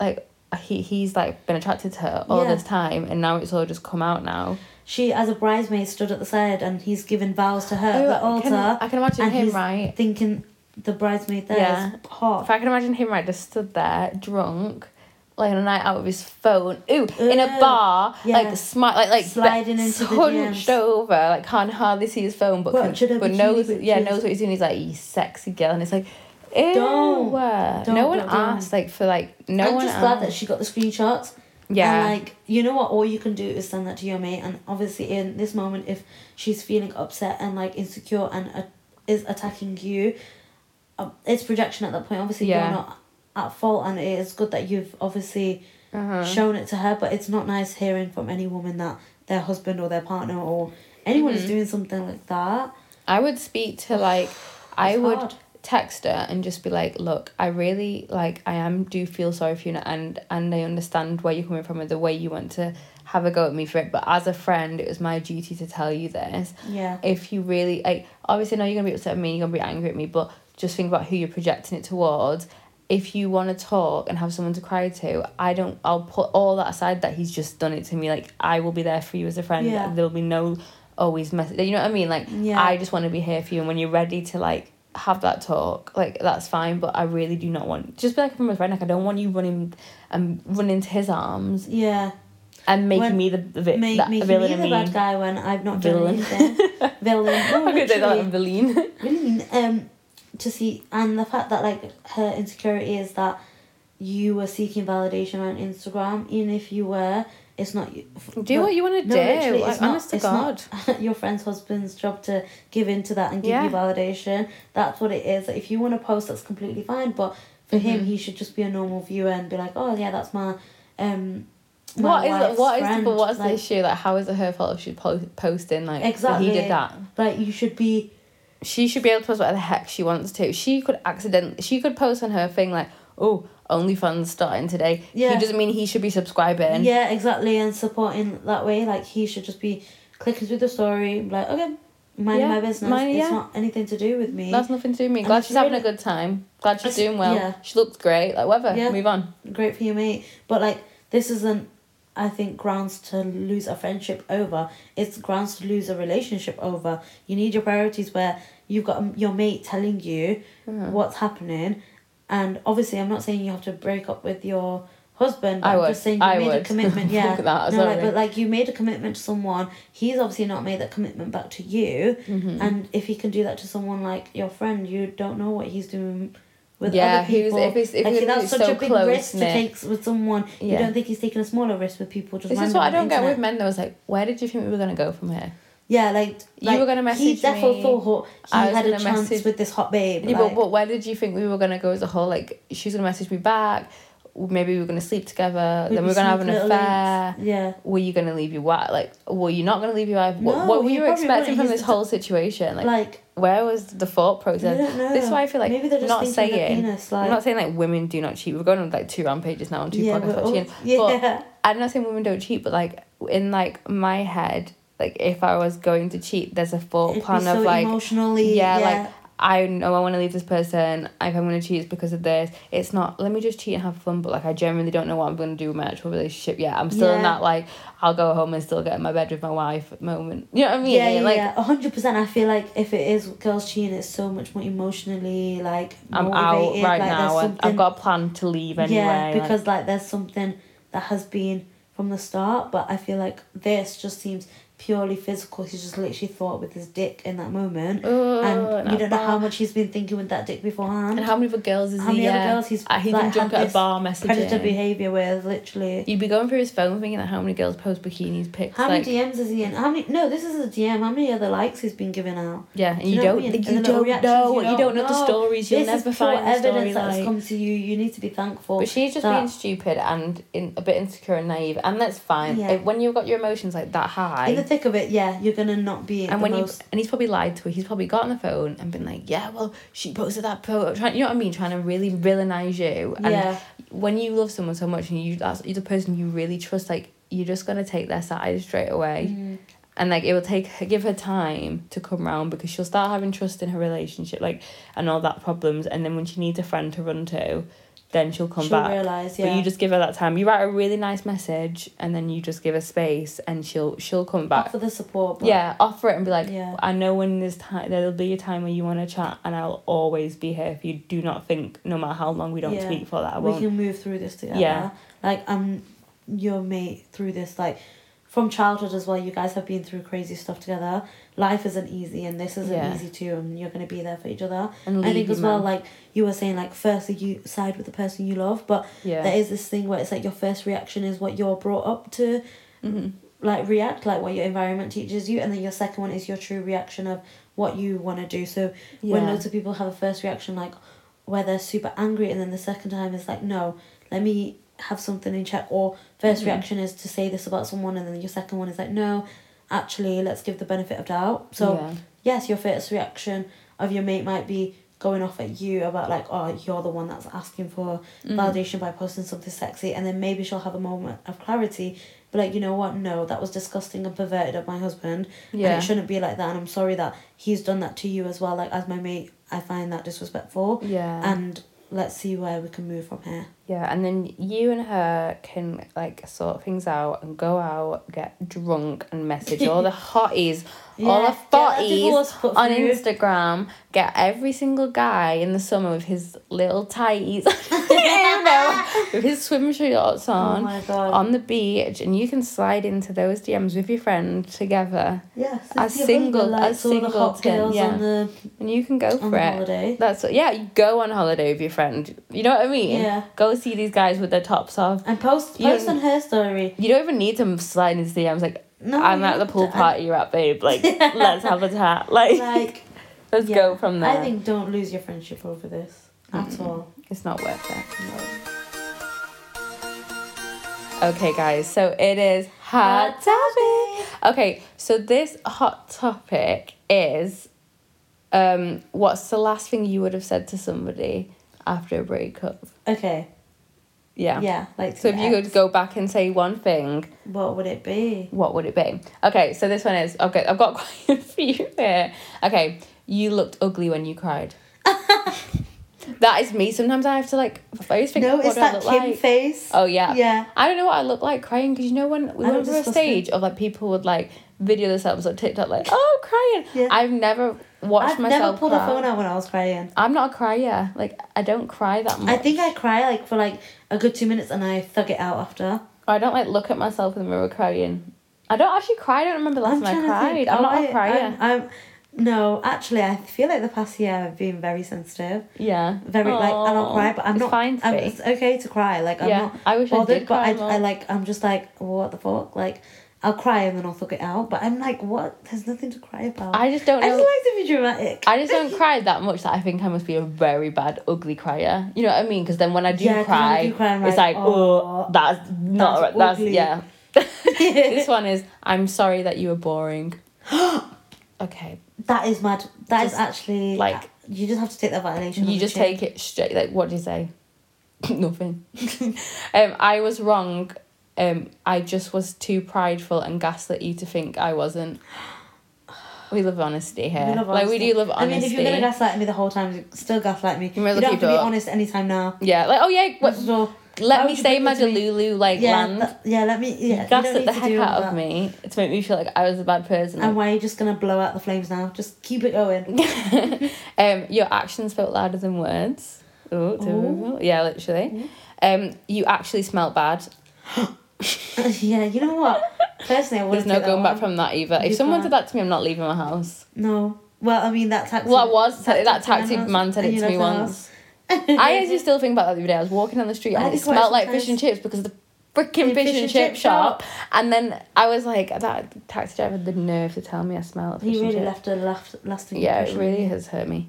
A: like he he's like been attracted to her all
B: Yeah.
A: this time, and now it's all just come out now.
B: She, as a bridesmaid, stood at the side, and he's given vows to her
A: Oh,
B: at the
A: I
B: altar.
A: can- I can imagine
B: and
A: him
B: he's
A: right.
B: thinking the bridesmaid there is
A: Yeah. If
B: hot.
A: I can imagine him right, just stood there drunk, like on a night out with his phone, ooh, in a
B: Ugh.
A: bar,
B: Yeah.
A: like smart, like like
B: Sliding
A: be-
B: into the
A: hunched
B: DMs.
A: over, like can't hardly see his phone, but
B: Watch it,
A: can,
B: a
A: but
B: bikini
A: knows yeah
B: pictures.
A: knows what he's doing. He's like, you sexy girl, and it's like, ew, uh," no
B: Don't. Don't,
A: one
B: don't, don't.
A: asked like for like no
B: I'm
A: one.
B: just glad that
A: asked.
B: she got the screenshots.
A: yeah.
B: And like, you know what? All you can do is send that to your mate. And obviously, in this moment, if she's feeling upset and like insecure and uh, is attacking you, um, it's projection at that point. Obviously,
A: Yeah.
B: you're not at fault, and it is good that you've obviously
A: uh-huh.
B: shown it to her. But it's not nice hearing from any woman that their husband or their partner or anyone
A: Mm-hmm.
B: is doing something like that.
A: I would speak to like, I
B: It's
A: would
B: hard.
A: text her and just be like, look, I really like, I am do feel sorry for you, and and I understand where you're coming from and the way you want to have a go at me for it. But as a friend, it was my duty to tell you this.
B: Yeah.
A: If you really like, obviously, now you're gonna be upset at me, you're gonna be angry at me, but just think about who you're projecting it towards. If you want to talk and have someone to cry to, I don't. I'll put all that aside that he's just done it to me. Like I will be there for you as a friend.
B: Yeah.
A: There'll be no always mess. You know what I mean? Like
B: Yeah.
A: I just want to be here for you. And when you're ready to like have that talk, like that's fine. But I really do not want just be like from a friend. Like I don't want you running and running into his arms
B: Yeah.
A: and making
B: When-
A: me the the, vi-
B: Make
A: that
B: me
A: villain.
B: the
A: I mean.
B: bad guy when I've not
A: Villain.
B: done anything. villain. No,
A: I'm gonna say that
B: literally.
A: villain.
B: Villain. Um, to see and the fact that like her insecurity is that you were seeking validation on Instagram, even if you were, it's not you.
A: Do what you want to
B: No,
A: do.
B: literally,
A: Like,
B: it's not-
A: honest to
B: it's
A: God.
B: not- your friend's husband's job to give in to that and give
A: Yeah.
B: you validation. That's what it is. Like, if you want to post, that's completely fine. But for him,
A: Mm-hmm.
B: he should just be a normal viewer and be like, oh yeah, that's my um. my
A: What is
B: wife's
A: it? What is it?
B: friend."
A: But what's
B: Like,
A: the issue? Like, how is it her fault if she po- posting like that
B: Exactly.
A: he did that?
B: Like you should be.
A: She should be able to post whatever the heck she wants to. She could accidentally. She could post on her thing like, oh, OnlyFans starting today.
B: Yeah.
A: He doesn't mean he should be subscribing.
B: Yeah, exactly, and supporting that way. Like he should just be clicking through the story, like okay, mind
A: Yeah,
B: my business.
A: mine- yeah.
B: It's not anything to do with me.
A: That's nothing to do with me.
B: And
A: Glad
B: it's
A: she's having a
B: really-
A: good time. Glad she's
B: It's-
A: doing well.
B: yeah.
A: She looked great. Like, whatever.
B: Yeah.
A: Move on.
B: Great for you, mate. But like this isn't. I think grounds to lose a friendship over. It's grounds to lose a relationship over. You need your priorities where you've got um, your mate telling you
A: Mm-hmm.
B: what's happening, and obviously, I'm not saying you have to break up with your husband. but
A: I
B: I'm
A: would.
B: just saying you
A: I
B: made
A: would.
B: a commitment. Yeah,
A: Look at that,
B: no, like,
A: sorry.
B: but like you made a commitment to someone. He's obviously not made that commitment back to you,
A: Mm-hmm.
B: and if he can do that to someone like your friend, you don't know what he's doing with
A: Yeah,
B: other
A: he was-
B: people.
A: if he's- if
B: like,
A: he-
B: that's
A: he's
B: such
A: so
B: a big risk to
A: close-knit.
B: take with someone. You
A: Yeah.
B: don't think he's taking a smaller risk with people. Just
A: This is
B: random
A: what I
B: on
A: don't
B: the
A: get with
B: internet.
A: men. Though, was like, where did you think we were gonna go from here?
B: Yeah, like,
A: You
B: like,
A: were gonna
B: He
A: message
B: definitely
A: me.
B: thought he
A: I was
B: had a
A: gonna
B: chance
A: message-
B: with this hot babe.
A: Yeah,
B: like,
A: but, but where did you think we were gonna go as a whole? Like she's gonna message me back. Maybe we were gonna sleep together.
B: we'd
A: then
B: be
A: we are gonna have an
B: sneaking little
A: affair.
B: links. Yeah.
A: Were you gonna leave your wife? Like, were you not gonna leave your wife? What,
B: No,
A: what were
B: he
A: you
B: probably
A: expecting
B: wouldn't.
A: from
B: He's
A: this
B: the-
A: whole situation? Like,
B: Like,
A: where was the thought
B: I
A: process?
B: don't know.
A: This is why I feel like
B: Maybe they're just
A: not
B: thinking of their
A: saying.
B: penis,
A: I'm
B: like,
A: not saying like women do not cheat. We're going on like two rampages now and two
B: yeah,
A: podcasts
B: but, oh,
A: about cheating. But
B: yeah.
A: I'm not saying women don't cheat, but like in like my head, like if I was going to cheat, there's a thought
B: It'd be
A: plan
B: so
A: of like
B: emotionally,
A: yeah, like I know I want to leave this person. If I'm going to cheat, it's because of this. It's not. Let me just cheat and have fun. But like, I genuinely don't know what I'm going to do with my actual relationship yet. I'm still in
B: Yeah.
A: that like, I'll go home and still get in my bed with my wife moment. You know what I mean?
B: yeah, yeah,
A: like,
B: yeah, a hundred percent. I feel like if it is girls cheating, it's so much more emotionally like
A: I'm
B: motivated,
A: out right
B: like,
A: now,
B: there's
A: and
B: something-
A: I've got a plan to leave anyway.
B: yeah,
A: like-
B: because like there's something that has been from the start, but I feel like this just seems purely physical. He's just literally thought with his dick in that moment,
A: Ugh,
B: and you
A: at Oh, a
B: don't know how
A: bar.
B: much he's been thinking with that dick beforehand.
A: And how many other girls is
B: How
A: he?
B: many other
A: yeah.
B: girls he's,
A: Uh, he's
B: like,
A: been drunk
B: had
A: at a
B: this
A: bar
B: predator
A: messaging.
B: behavior with literally.
A: You'd be going through his phone thinking that how many girls post bikinis pics.
B: How
A: like,
B: many DMs is he in? How many? No, this is a DM. How many other likes he's been giving out?
A: yeah, and
B: Do you
A: you,
B: know what I
A: don't,
B: mean?
A: like,
B: And
A: you
B: the little
A: don't
B: reactions,
A: know,
B: you
A: you
B: don't
A: don't know the
B: know.
A: stories. You'll
B: this
A: never
B: is pure
A: find the
B: evidence
A: story.
B: that has
A: like-
B: come to you. You need to be thankful.
A: But she's just
B: that-
A: being stupid and in, a bit insecure and naive, and that's fine.
B: Yeah.
A: If- When you've got your emotions like that high,
B: in the thick of it, yeah, you're gonna not be.
A: and
B: the
A: when
B: most,
A: you and he's probably lied to her, he's probably got on the phone and been like, "Yeah, well, she posted that photo." Trying, you know what I mean? Trying to really villainize you. And
B: yeah,
A: when you love someone so much and you that's you're the person you really trust, like you're just gonna take their side straight away,
B: Mm.
A: and like it will take her- give her time to come round because she'll start having trust in her relationship, like and all that problems, and then when she needs a friend to run to, then she'll come
B: she'll
A: back.
B: realize. Yeah,
A: But you just give her that time. You write a really nice message, and then you just give her space, and she'll she'll come back.
B: offer the support. But
A: yeah, offer it and be like,
B: Yeah.
A: I know when there's time, there'll be a time when you want to chat, and I'll always be here. If you do not think, no matter how long we don't
B: Yeah.
A: speak for, that I
B: we
A: won't.
B: can move through this together.
A: Yeah.
B: like I'm your mate through this. Like from childhood as well. You guys have been through crazy stuff together. Life isn't easy, and this isn't
A: Yeah.
B: easy too. And you're gonna be there for each other.
A: and
B: I
A: leave
B: think
A: you,
B: as well,
A: man.
B: like you were saying, like firstly you side with the person you love, but
A: yeah,
B: there is this thing where it's like your first reaction is what you're brought up to
A: Mhm.
B: like react like what your environment teaches you and then your second one is your true reaction of what you want to do so when
A: Yeah.
B: loads of people have a first reaction like where they're super angry and then the second time is like no let me have something in check or 1st
A: Mhm.
B: reaction is to say this about someone and then your second one is like no actually let's give the benefit of doubt so
A: yeah.
B: yes, your first reaction of your mate might be going off at you about like, oh, you're the one that's asking for
A: Mm.
B: validation by posting something sexy, and then maybe she'll have a moment of clarity. But like, you know what? No, that was disgusting and perverted of my husband, and
A: Mm-hmm. yeah.
B: it shouldn't be like that. And I'm sorry that he's done that to you as well. Like, as my mate, I find that disrespectful.
A: Yeah.
B: And let's see where we can move from here.
A: Yeah, and then you and her can like sort things out and go out, get drunk and message all the hotties, all
B: Yeah,
A: the
B: get that divorce
A: fotties
B: put
A: on
B: through.
A: Instagram, get every single guy in the summer with his little tighties, you know, with his swim shorts
B: oh
A: on.
B: my god.
A: on the beach, and you can slide into those DMs with your friend together,
B: yeah.
A: a
B: Cynthia
A: single-
B: Butler likes
A: a
B: all the
A: single
B: hot
A: tin,
B: girls
A: yeah.
B: on the
A: and you can go
B: on
A: for
B: the
A: it.
B: holiday.
A: That's yeah. You go on holiday with your friend. You know what I mean?
B: Yeah.
A: Go see these guys with their tops off.
B: And post
A: You
B: post
A: don't-
B: on her story.
A: You don't even need to slide into DMs like
B: No,
A: I'm
B: you
A: at the
B: don't.
A: pool
B: Oh I-
A: party you're at, babe. Like let's have a chat. Like,
B: Like
A: let's
B: yeah.
A: go from there.
B: I think don't lose your friendship over this at all.
A: it's not worth it.
B: No.
A: Okay, guys. So it is hot topic. Okay, so this hot topic is, um, what's the last thing you would have said to somebody after a breakup?
B: Okay.
A: Yeah.
B: Yeah. like to
A: So if
B: an
A: you could
B: ex,
A: go back and say one thing,
B: what would it be?
A: what would it be? Okay, so this one is okay. I've got quite a few here. Okay, you looked ugly when you cried. that is me. Sometimes I have to like. I always think,
B: No,
A: what
B: it's
A: do I
B: that
A: look
B: Kim
A: like?
B: face.
A: Oh yeah.
B: Yeah.
A: I don't know what I look like crying because you know when we
B: I
A: went
B: look
A: through a
B: disgusting.
A: stage of like people would like video themselves on TikTok like oh crying.
B: Yeah.
A: I've never watched
B: I've
A: myself.
B: never pulled
A: cry.
B: a phone out when I was crying.
A: I'm not a crier. Like I don't cry that much.
B: I think I cry like for like a good two minutes and I thug it out after.
A: I don't like look at myself in the mirror crying. I don't actually cry. I don't remember the last time I
B: trying to
A: cried.
B: think.
A: I'm
B: Oh,
A: not
B: I-
A: a crier.
B: I'm, I'm- no, actually, I feel like the past year I've been very sensitive.
A: yeah.
B: Very like I don't
A: Aw.
B: cry, but I'm
A: it's
B: not.
A: Fine to
B: I'm,
A: be.
B: it's okay to cry. Like I'm
A: yeah.
B: not
A: I wish I
B: bothered,
A: did
B: but
A: cry
B: I,
A: more.
B: I like I'm just like what the fuck like. I'll cry and then I'll thug it out, but I'm like, what? There's nothing to cry about.
A: I just don't
B: I just
A: know.
B: like to be dramatic.
A: I just don't cry that much that I think I must be a very bad, ugly crier. You know what I mean? Because then when I do
B: Yeah, 'cause when
A: cry,
B: you do cry, I'm
A: it's like,
B: like,
A: oh,
B: "Aw,
A: that's not
B: that's
A: right. That's,
B: ugly."
A: yeah. this one is, I'm sorry that you were boring. okay.
B: that is mad. That is
A: Just,
B: actually
A: like-
B: you just have to take that violation. on
A: You
B: the
A: just
B: chin.
A: take it straight. Like, what do you say? Nothing. um, I was wrong. Um, I just was too prideful and gaslit you to think I wasn't. We love honesty here.
B: We love
A: like we
B: honesty.
A: do love honesty.
B: I mean, if you're gonna gaslight me the whole time, still gaslight me.
A: You
B: You,
A: may as well
B: don't
A: keep
B: have to be
A: it up.
B: honest anytime now.
A: Yeah, like oh yeah, what,
B: Not at all.
A: let
B: Why
A: me
B: would you
A: say
B: bring
A: my
B: it to me?
A: Delulu like
B: yeah,
A: land.
B: that- yeah. Let me. Yeah, you don't
A: Gaslit the
B: need to
A: heck
B: do all
A: out
B: that.
A: of me to make me feel like I was a bad person.
B: And why are you just gonna blow out the flames now? Just keep it going.
A: um, your actions spoke louder than words. Oh,
B: Ooh.
A: yeah, literally. Um, you actually smelt bad.
B: yeah, you know what? Personally, I
A: There's
B: wouldn't.
A: no
B: take that
A: going back
B: one.
A: from that either. If
B: You
A: someone did
B: can't.
A: that to me, I'm not leaving my house.
B: No. Well, I mean that taxi.
A: Well, I was that, that
B: taxi
A: taxi man said
B: and
A: it
B: you
A: to me
B: left the house.
A: once. I actually still think about that the other day. I was walking down the street
B: I
A: and it
B: do quite
A: smelled like fish and
B: sometimes.
A: chips because of the freaking
B: The
A: fish, and chip shop. And then I was like, that taxi driver had the nerve to tell me I smell of fish
B: He
A: and
B: really
A: chips.
B: left a last, lasting
A: Yeah, it
B: impression.
A: really has hurt me.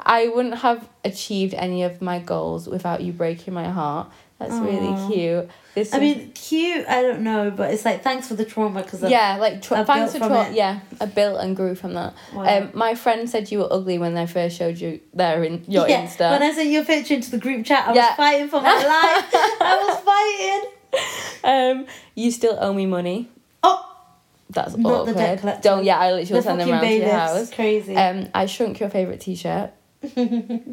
A: I wouldn't have achieved any of my goals without you breaking my heart. That's
B: Aw.
A: really cute. This
B: I
A: is-
B: mean, cute. I don't know, but it's like thanks for the trauma because
A: yeah, like tr-
B: I
A: thanks
B: built
A: for
B: from
A: tra-
B: it.
A: yeah, I built and grew from that. Um, my friend said you were ugly when they first showed you their in your
B: yeah,
A: Insta.
B: When I sent your picture into the group chat, I
A: Yeah.
B: was fighting for my life. I was fighting.
A: um, you still owe me money.
B: Oh,
A: That's
B: Not the
A: awkward.
B: debt collector.
A: Don't. Yeah, I literally
B: the
A: will send them
B: fucking
A: around to your
B: bailiffs.
A: house.
B: Crazy.
A: Um, I shrunk your favorite T-shirt.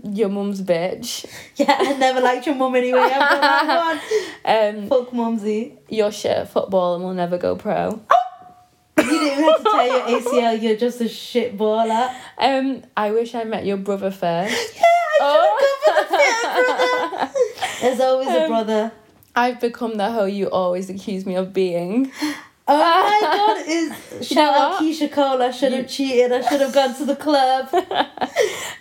A: your mum's bitch.
B: yeah, I never liked your mum anyway. I've got that
A: Um,
B: one. Fuck mumsy.
A: your shit at football and will never go pro.
B: You didn't even have to tear your ACL. You're just a shit baller.
A: Um, I wish I met your brother first.
B: Yeah, I
A: Oh.
B: should have gone for the fit brother. There's always a
A: Um,
B: brother.
A: I've become the hoe you always accuse me of being.
B: Oh my god,
A: You
B: is
A: know
B: shout out
A: what?
B: Keisha Cole. I should have cheated. I should have gone to the club.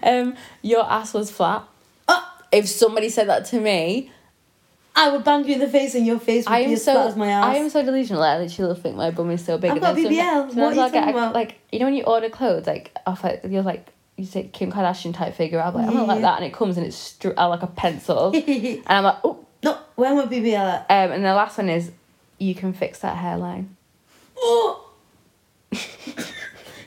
A: Um, your ass was flat.
B: Oh,
A: Ah, If somebody said that to me,
B: I would bang you in the face, and your face would
A: I
B: be
A: am
B: as flat
A: so
B: as my ass.
A: I am so delusional. I literally think my bum is so big.
B: I've
A: and
B: got
A: then some-
B: BBL.
A: sometimes
B: What are you
A: I'll get,
B: talking
A: a-
B: about?
A: Like you know when you order clothes like off like you're like you say Kim Kardashian type figure. I'm like I'm not like
B: Yeah.
A: that, and it comes and it's str- uh, like a pencil, and I'm like oh.
B: No, when would BBL at?
A: Um, and the last one is, you can fix that hairline.
B: Oh.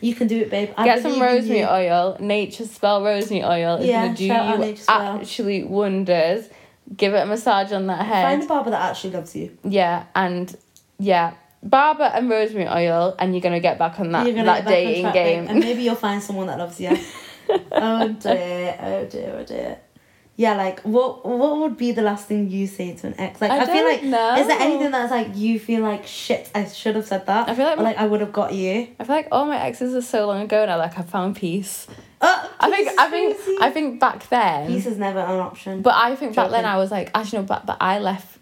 B: you can do it, babe. I
A: Get some
B: believe in
A: rosemary
B: you.
A: oil. Nature's spell rosemary oil is
B: Yeah,
A: gonna do
B: shout out
A: you
B: Nature's Spell.
A: actually wonders. Give it a massage on that head.
B: Find a barber that actually loves you.
A: yeah, and yeah, barber and rosemary oil, and you're gonna get back on that
B: You're gonna
A: that
B: get back on
A: dating
B: track, babe,
A: game.
B: and maybe you'll find someone that loves you. oh dear, oh dear, oh dear. Yeah, like what what would be the last thing you say to an ex? Like
A: I
B: I, feel
A: don't
B: like
A: know.
B: is there anything that's like you feel like shit, I should have said that.
A: I feel like
B: or, like I would have got you.
A: I feel like all my exes are so long ago now. Like I found peace.
B: Oh,
A: I think
B: peace
A: I
B: is
A: think
B: crazy.
A: I think back then.
B: peace is never an option.
A: But I think back then
B: Joking.
A: I was like, actually no, but but I left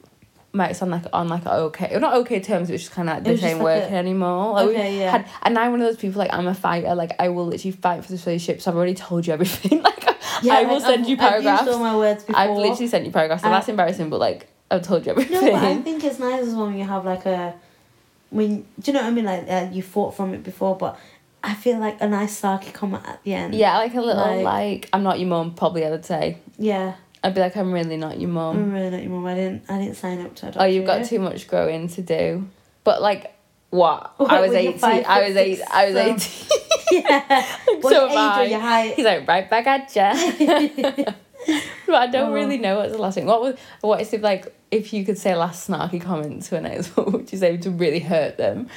A: my ex on like on like okay, well, not okay terms. It was just kind of like
B: It
A: this
B: was just
A: ain't
B: like a-
A: working anymore. Like, we
B: Okay, yeah.
A: Had, and I'm one of those people like I'm a fighter. Like I will literally fight for this relationship. So I've already told you everything. like I will
B: like,
A: send
B: I've-
A: you
B: I've used all
A: paragraphs.
B: my words before.
A: I've literally sent you paragraphs. So
B: I-
A: that's embarrassing, but like I've told you everything.
B: No, but I think it's nice as well when you have like a, when do you know what I mean? Like uh, you fought from it before, but I feel like a nice sarky comment at the end.
A: yeah, like a little
B: Like-
A: like, I'm not your mum. Probably I would say
B: yeah.
A: I'd be like I'm really not your mum.
B: I'm really not your mum. I didn't. I didn't sign up to adopt.
A: Mm. Oh, you've got
B: you.
A: too much growing to do. But like, what?
B: What
A: I was
B: were you,
A: eighteen.
B: five
A: I
B: foot
A: was eight.
B: six,
A: I was
B: so-
A: eighteen.
B: yeah. Well,
A: so
B: your age or your
A: am I.
B: height.
A: He's like right back at ya. but I don't
B: Oh.
A: really know what's the last thing. What was what is it like? If you could say last snarky comment to an ex, what would you say to really hurt them?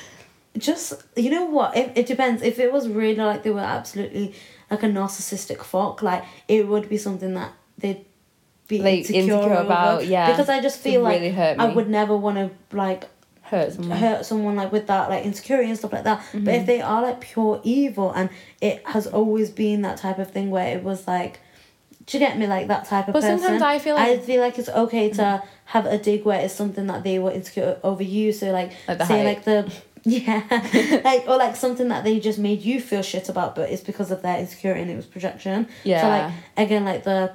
B: just you know what if it depends if it was really like they were absolutely like a narcissistic fuck like it would be something that they'd be
A: Like,
B: insecure,
A: insecure
B: over.
A: about, yeah.
B: because i just
A: It'd
B: feel like
A: really hurt
B: i
A: me. Mm.
B: would never want to like
A: Hurt someone.
B: hurt someone like with that like insecurity and stuff like that but
A: Mm-hmm.
B: if they are like pure evil and it has always been that type of thing where it was like do you get me like that type of
A: But
B: person
A: sometimes I feel like- Mm-hmm.
B: I feel like it's okay to have a dig where it's something that they were insecure over you so like,
A: Like the
B: say
A: height.
B: like the yeah like or like something that they just made you feel shit about but it's because of their insecurity and it was projection so
A: Yeah.
B: like again like the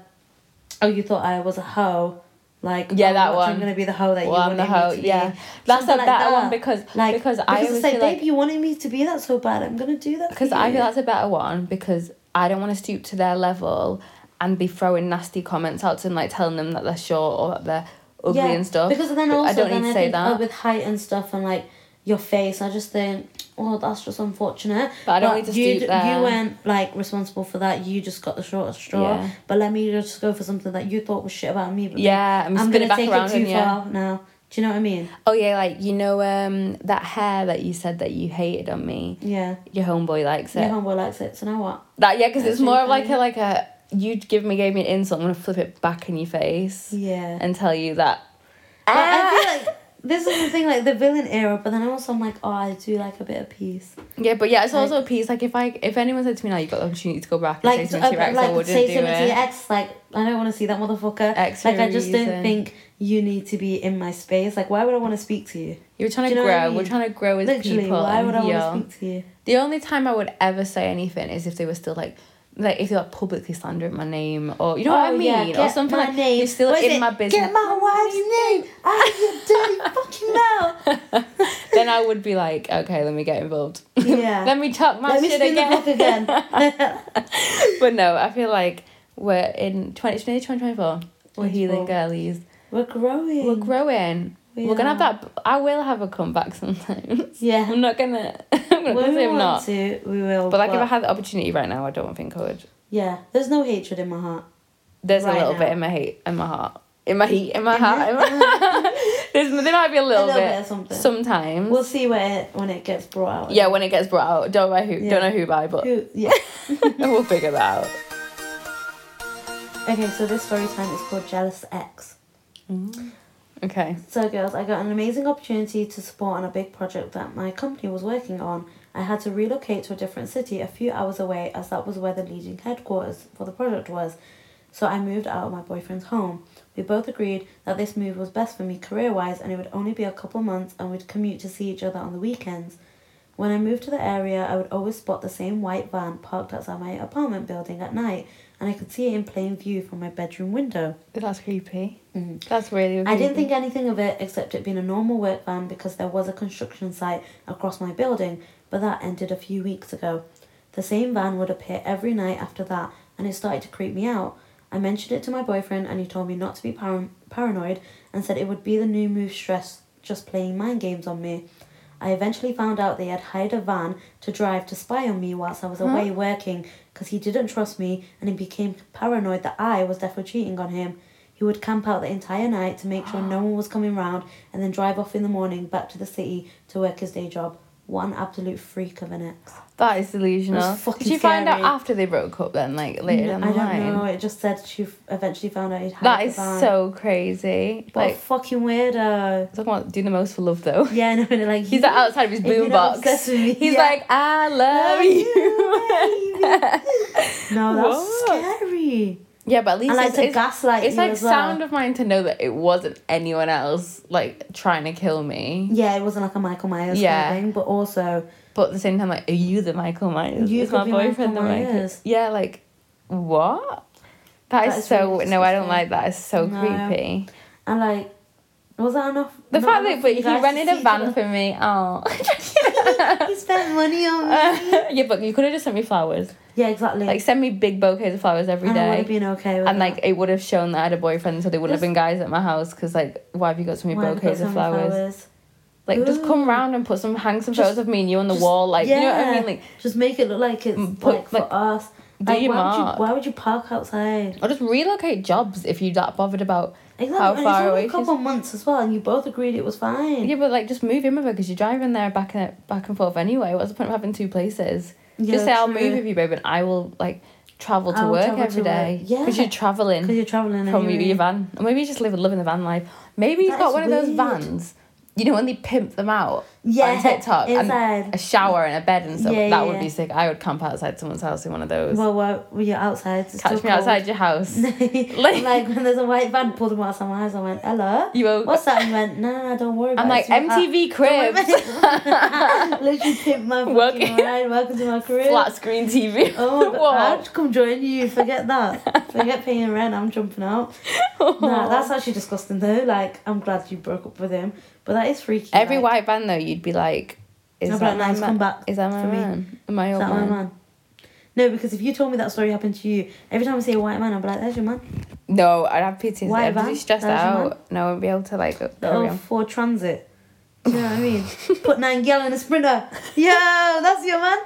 B: oh you thought I was a hoe like
A: Yeah,
B: oh,
A: that
B: watch, I'm
A: one.
B: gonna be the hoe that
A: Well,
B: you
A: I'm
B: wanted
A: the hoe.
B: me to be
A: Yeah, that's a
B: Something like
A: better
B: that.
A: one because
B: like
A: because I
B: because
A: always
B: it's like,
A: feel
B: babe,
A: like
B: you wanted me to be that so bad. I'm gonna do that. for
A: Because I
B: you."
A: feel that's a better one because I don't want to stoop to their level and be throwing nasty comments out to them, like telling them that they're short or that they're ugly
B: Yeah,
A: and stuff.
B: Because then
A: But
B: also
A: I don't
B: then
A: need to
B: I
A: say
B: think,
A: that.
B: oh, with height and stuff and like your face, I just think, oh, that's just unfortunate.
A: But I don't need to
B: you,
A: stoop
B: d-
A: there.
B: You weren't like responsible for that. You just got the shortest straw.
A: Yeah.
B: But let me just go for something that you thought was shit about me. But
A: yeah, I'm,
B: I'm
A: spinning
B: gonna
A: back
B: take
A: around
B: it
A: and
B: too
A: yeah.
B: far now. Do you know what I mean?
A: Oh yeah, like you know um that hair that you said that you hated on me.
B: Yeah.
A: Your homeboy likes it.
B: Your homeboy likes it, so now what?
A: That yeah, because it's
B: Actually,
A: more of like a
B: yeah.
A: like a you give me gave me an insult. I'm gonna flip it back in your face
B: Yeah.
A: and tell you that.
B: But I
A: Ah!
B: feel like this is the thing, like the villain era, but then also I'm like, oh, I do like a bit of peace.
A: Yeah, but yeah, it's
B: Like-
A: also a piece. Like if I if anyone said to me now you've got the opportunity to go back and
B: Like,
A: say
B: to-
A: something to your ex,
B: like
A: I wouldn't
B: say
A: do
B: something
A: it.
B: to your ex, like, I don't want to see that motherfucker.
A: Ex for
B: like,
A: a
B: I just
A: reason.
B: don't think you need to be in my space. Like, why would I want to speak to you?
A: You're trying
B: Do
A: to
B: you know
A: grow.
B: what I
A: We're
B: mean?
A: trying to grow as
B: Literally,
A: people.
B: why
A: and
B: would I
A: heal.
B: want to speak to you?
A: The only time I would ever say anything is if they were still like, like if they were publicly slandering my name or you know what I
B: Oh,
A: mean,
B: yeah,
A: or
B: get
A: something
B: my
A: like
B: name.
A: you're still
B: What
A: in
B: is it?
A: my
B: Get
A: business.
B: my wife's name out of your dirty fucking mouth.
A: then I would be like, okay, let me get involved.
B: Yeah.
A: let me talk my
B: Let me
A: shit
B: spin
A: again.
B: the book again.
A: but no, I feel like we're in 20, 2024. We're healing
B: 24.
A: girlies.
B: We're growing.
A: We're growing.
B: We
A: We're gonna
B: are.
A: have that. I will have a comeback sometimes.
B: Yeah.
A: I'm not gonna. I'm not
B: when
A: gonna
B: we
A: say I'm
B: want
A: not.
B: to, we will.
A: But like, if I had the opportunity right now, I don't think I would.
B: yeah, there's no hatred in my heart.
A: There's a
B: Right
A: little
B: now.
A: bit in my heat, in my heart, in my heat, in my heart. In my... There's, there might be a little,
B: little
A: bit,
B: bit of something.
A: sometimes.
B: We'll see where it, when it gets brought out.
A: yeah, when it gets brought out, don't know who,
B: Yeah.
A: don't know who by, but
B: Who, yeah.
A: we'll figure that out.
B: Okay, so this story time is called Jealous Ex.
A: Okay.
B: So, girls, I got an amazing opportunity to support on a big project that my company was working on. I had to relocate to a different city a few hours away as that was where the leading headquarters for the project was. So, I moved out of my boyfriend's home. We both agreed that this move was best for me career wise and it would only be a couple months and we'd commute to see each other on the weekends. When I moved to the area, I would always spot the same white van parked outside my apartment building at night and I could see it in plain view from my bedroom window. Mm-hmm.
A: That's creepy. That's really.
B: I
A: creepy.
B: didn't think anything of it except it being a normal work van because there was a construction site across my building, but that ended a few weeks ago. The same van would appear every night after that, and it started to creep me out. I mentioned it to my boyfriend, and he told me not to be par- paranoid and said it would be the new move stress just playing mind games on me. I eventually found out they had hired a van to drive to spy on me whilst I was away working because he didn't trust me and he became paranoid that I was definitely cheating on him. He would camp out the entire night to make sure no one was coming round and then drive off in the morning back to the city to work his day job. What an absolute freak of an ex.
A: That is delusional.
B: That's fucking
A: Did you find out
B: scary.
A: after they broke up then, like later
B: No,
A: down the
B: I
A: line?
B: don't know. It just said she f- eventually found out he'd had
A: That
B: the
A: is
B: van.
A: so crazy.
B: What a
A: Like,
B: fucking weirdo.
A: talking about doing the most for love though.
B: Yeah, no, and like
A: He's like outside of his
B: if you're not
A: boombox.
B: obsessed with me,
A: He's
B: yeah.
A: like, I love
B: Love you,
A: you.
B: No, that's
A: What?
B: scary.
A: yeah, but at least
B: And like
A: it's,
B: to
A: it's,
B: gaslight
A: it's
B: you
A: like
B: as well.
A: sound of mine to know that it wasn't anyone else like trying to kill me.
B: Yeah, it wasn't like a Michael Myers
A: Yeah.
B: kind of thing, but also
A: But at the same time, like, are you the Michael Myers?
B: You
A: is
B: could
A: my
B: be Michael
A: boyfriend the Michael?
B: Myers.
A: Yeah, like, what? that
B: That
A: is,
B: is
A: so
B: really
A: no. I don't
B: disgusting.
A: like that. It's so
B: No.
A: creepy.
B: and like was that enough?
A: The
B: not
A: fact
B: enough
A: that
B: for
A: but
B: you
A: he
B: guys to
A: rented
B: see
A: a
B: each
A: van
B: other?
A: for me. Oh,
B: he spent money on me.
A: yeah, but you could have just sent me flowers.
B: yeah, exactly.
A: Like, send me big bouquets of flowers every
B: and I would
A: day.
B: have been okay with
A: and
B: that.
A: like it would have shown that I had a boyfriend, so they wouldn't have
B: Just-
A: been guys at my house. Cause like, why have you got so many
B: Why have you got
A: bouquets
B: so
A: of
B: many
A: flowers? Like, just come
B: Ooh.
A: round and put some, hang some
B: Just-
A: photos of me and you on the
B: just-
A: wall. Like, you know what I
B: yeah.
A: mean? Like,
B: Just make it look like
A: Mm,
B: it's
A: put,
B: like for
A: like,
B: us.
A: do
B: Like,
A: your
B: why
A: mark.
B: would you why would you park outside?
A: Or just relocate jobs if you're that bothered about.
B: Exactly.
A: How
B: and it's
A: far
B: only
A: away
B: a
A: she's-
B: couple months as well, and you both agreed it was fine.
A: Yeah, but like just move in with her because you're driving there back and back and forth anyway. What's the point of having two places?
B: Yeah,
A: just say I'll
B: true.
A: move with you, babe, and I will like travel to
B: I will
A: work
B: travel
A: every
B: to work.
A: day. because
B: Yeah.
A: you're traveling
B: Because you're traveling
A: from
B: anyway.
A: your van, or maybe you just live loving the van life. Maybe he's
B: That
A: got
B: is
A: one of those
B: weird.
A: vans. You know when they pimp them out
B: yeah,
A: on TikTok and
B: Inside.
A: a shower and a bed and stuff. that
B: Yeah, yeah,
A: would be
B: yeah.
A: sick. I would camp outside someone's house in one of those.
B: Well, well, when you're outside. It's
A: Catch me
B: still cold.
A: outside your house.
B: like, when there's a white van pulled them out of my house, I went, "Hello,
A: You woke-
B: what's that?" And he went, "No, no, no, don't worry."
A: I'm
B: about
A: like
B: it. It's my-
A: MTV
B: Don't
A: cribs.
B: worry about it." Literally pimped my
A: Welcome-
B: fucking ride. Welcome to my career.
A: flat screen TV.
B: Oh my
A: Whoa.
B: god, I'd come join you. Forget that. Forget paying rent. I'm jumping out. No, that's actually disgusting though. Like, I'm glad you broke up with him, but that is freaky.
A: Every
B: like,
A: white band though, you'd be like, "Is
B: I'd be
A: that
B: like,
A: my
B: nice,
A: man?
B: come back
A: Is that my
B: for me.
A: man? My
B: is
A: old
B: that
A: man?
B: my man? No, because if you told me that story happened to you, every time I see a white man, I'd be like, "There's your man."
A: No, I'd have PTSD.
B: White
A: I'd be
B: van?
A: stressed
B: That was your Oh.
A: out. No, I wouldn't be able to like
B: The
A: carry on.
B: L4 Transit. Do you know what I mean? Put Nightingale in a sprinter. Yo, that's your man.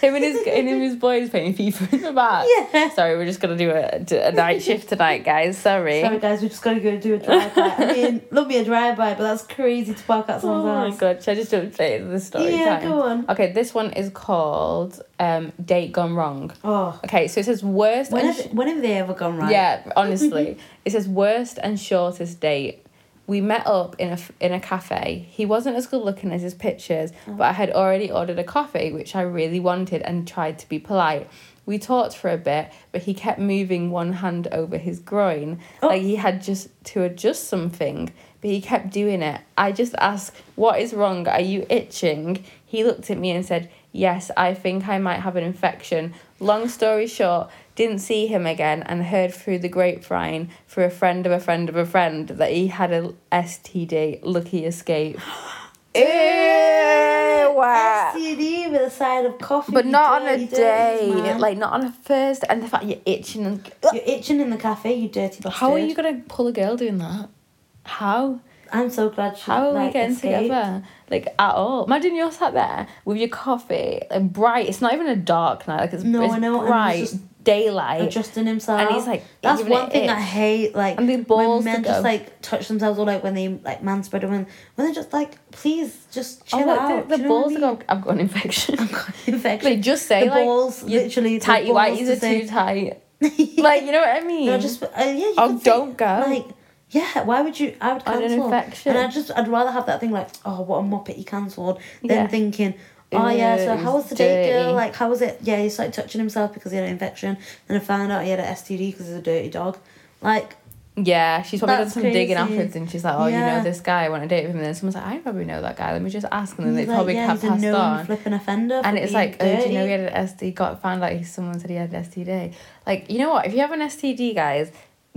A: Him and his him and his boys playing FIFA in the back.
B: Yeah.
A: Sorry, we're just gonna do a, a night shift tonight, guys. Sorry.
B: Sorry guys, we just gotta go do a drive by. I mean, love me a drive by, but that's crazy to park at
A: Oh
B: someone's
A: my
B: house.
A: god! Should I just update the story
B: Yeah,
A: time?
B: go on.
A: Okay, this one is called um, "Date Gone Wrong."
B: Oh,
A: Okay, so it says worst.
B: when
A: and
B: have, when have they ever gone right?
A: Yeah, honestly, it says worst and shortest date. We met up in a f- in a cafe. He wasn't as good looking as his pictures,
B: Oh.
A: but I had already ordered a coffee, which I really wanted, and tried to be polite. We talked for a bit, but he kept moving one hand over his groin,
B: Oh.
A: like he had just to adjust something. But he kept doing it. I just asked, "What is wrong? Are you itching?" He looked at me and said, "Yes, I think I might have an infection." Long story short, didn't see him again and heard through the grapevine through a friend of a friend of a friend that he had a STD lucky escape. Ew!
B: STD with a side of coffee.
A: But
B: you
A: not on a
B: dirty,
A: day,
B: dirty man.
A: like not on a first, and the fact you're itching and
B: You're itching in the cafe, you dirty bastard.
A: how are you gonna pull a girl doing that? How?
B: I'm so glad she
A: How are
B: like,
A: we getting
B: escaped.
A: together? Like at all? Imagine you're sat there with your coffee, and bright. It's not even a dark night. Like it's,
B: No,
A: it's
B: I know, and
A: bright
B: he's
A: daylight.
B: Adjusting himself.
A: And he's, like,
B: that's
A: giving it
B: one thing I
A: itch.
B: hate. Like
A: And the balls
B: when men
A: to
B: just
A: go.
B: like touch themselves or like when they like man spread or when when they're just like, please just chill
A: oh, look,
B: out.
A: the, the
B: do you know what
A: balls
B: I
A: have
B: mean?
A: got. I've got an infection.
B: infection.
A: They just say
B: the
A: like
B: balls
A: your
B: literally the
A: tighty
B: balls
A: whities
B: to
A: are
B: say-
A: too tight. like you know what I mean?
B: No, just uh, yeah. You
A: Oh,
B: could say,
A: don't go.
B: Like, yeah. Why would you? I would
A: I had an
B: cancel.
A: infection.
B: And I just, I'd rather have that thing like, oh, what a moppet he cancelled,
A: Yeah.
B: than thinking, oh yeah.
A: Ew,
B: So
A: it
B: how
A: was
B: was the date, girl?
A: dirty.
B: Like, how was it? Yeah, he started touching himself because he had an infection. Then I found out he had an STD because he's a dirty dog. Like,
A: yeah, she's probably done
B: That's
A: some digging
B: crazy.
A: afterwards, and she's like, "Oh, you
B: Yeah.
A: know this guy. I want to date with him." And then someone's like, "I probably know that guy. Let me just ask." And then they
B: he's like,
A: probably
B: yeah,
A: have
B: he's a
A: passed
B: known
A: on.
B: flipping offender. for
A: And it's
B: being
A: like, oh, do you know
B: dirty."
A: he had an STD? Got found out. He someone said he had an STD. Like, you know what? If you have an STD, guys,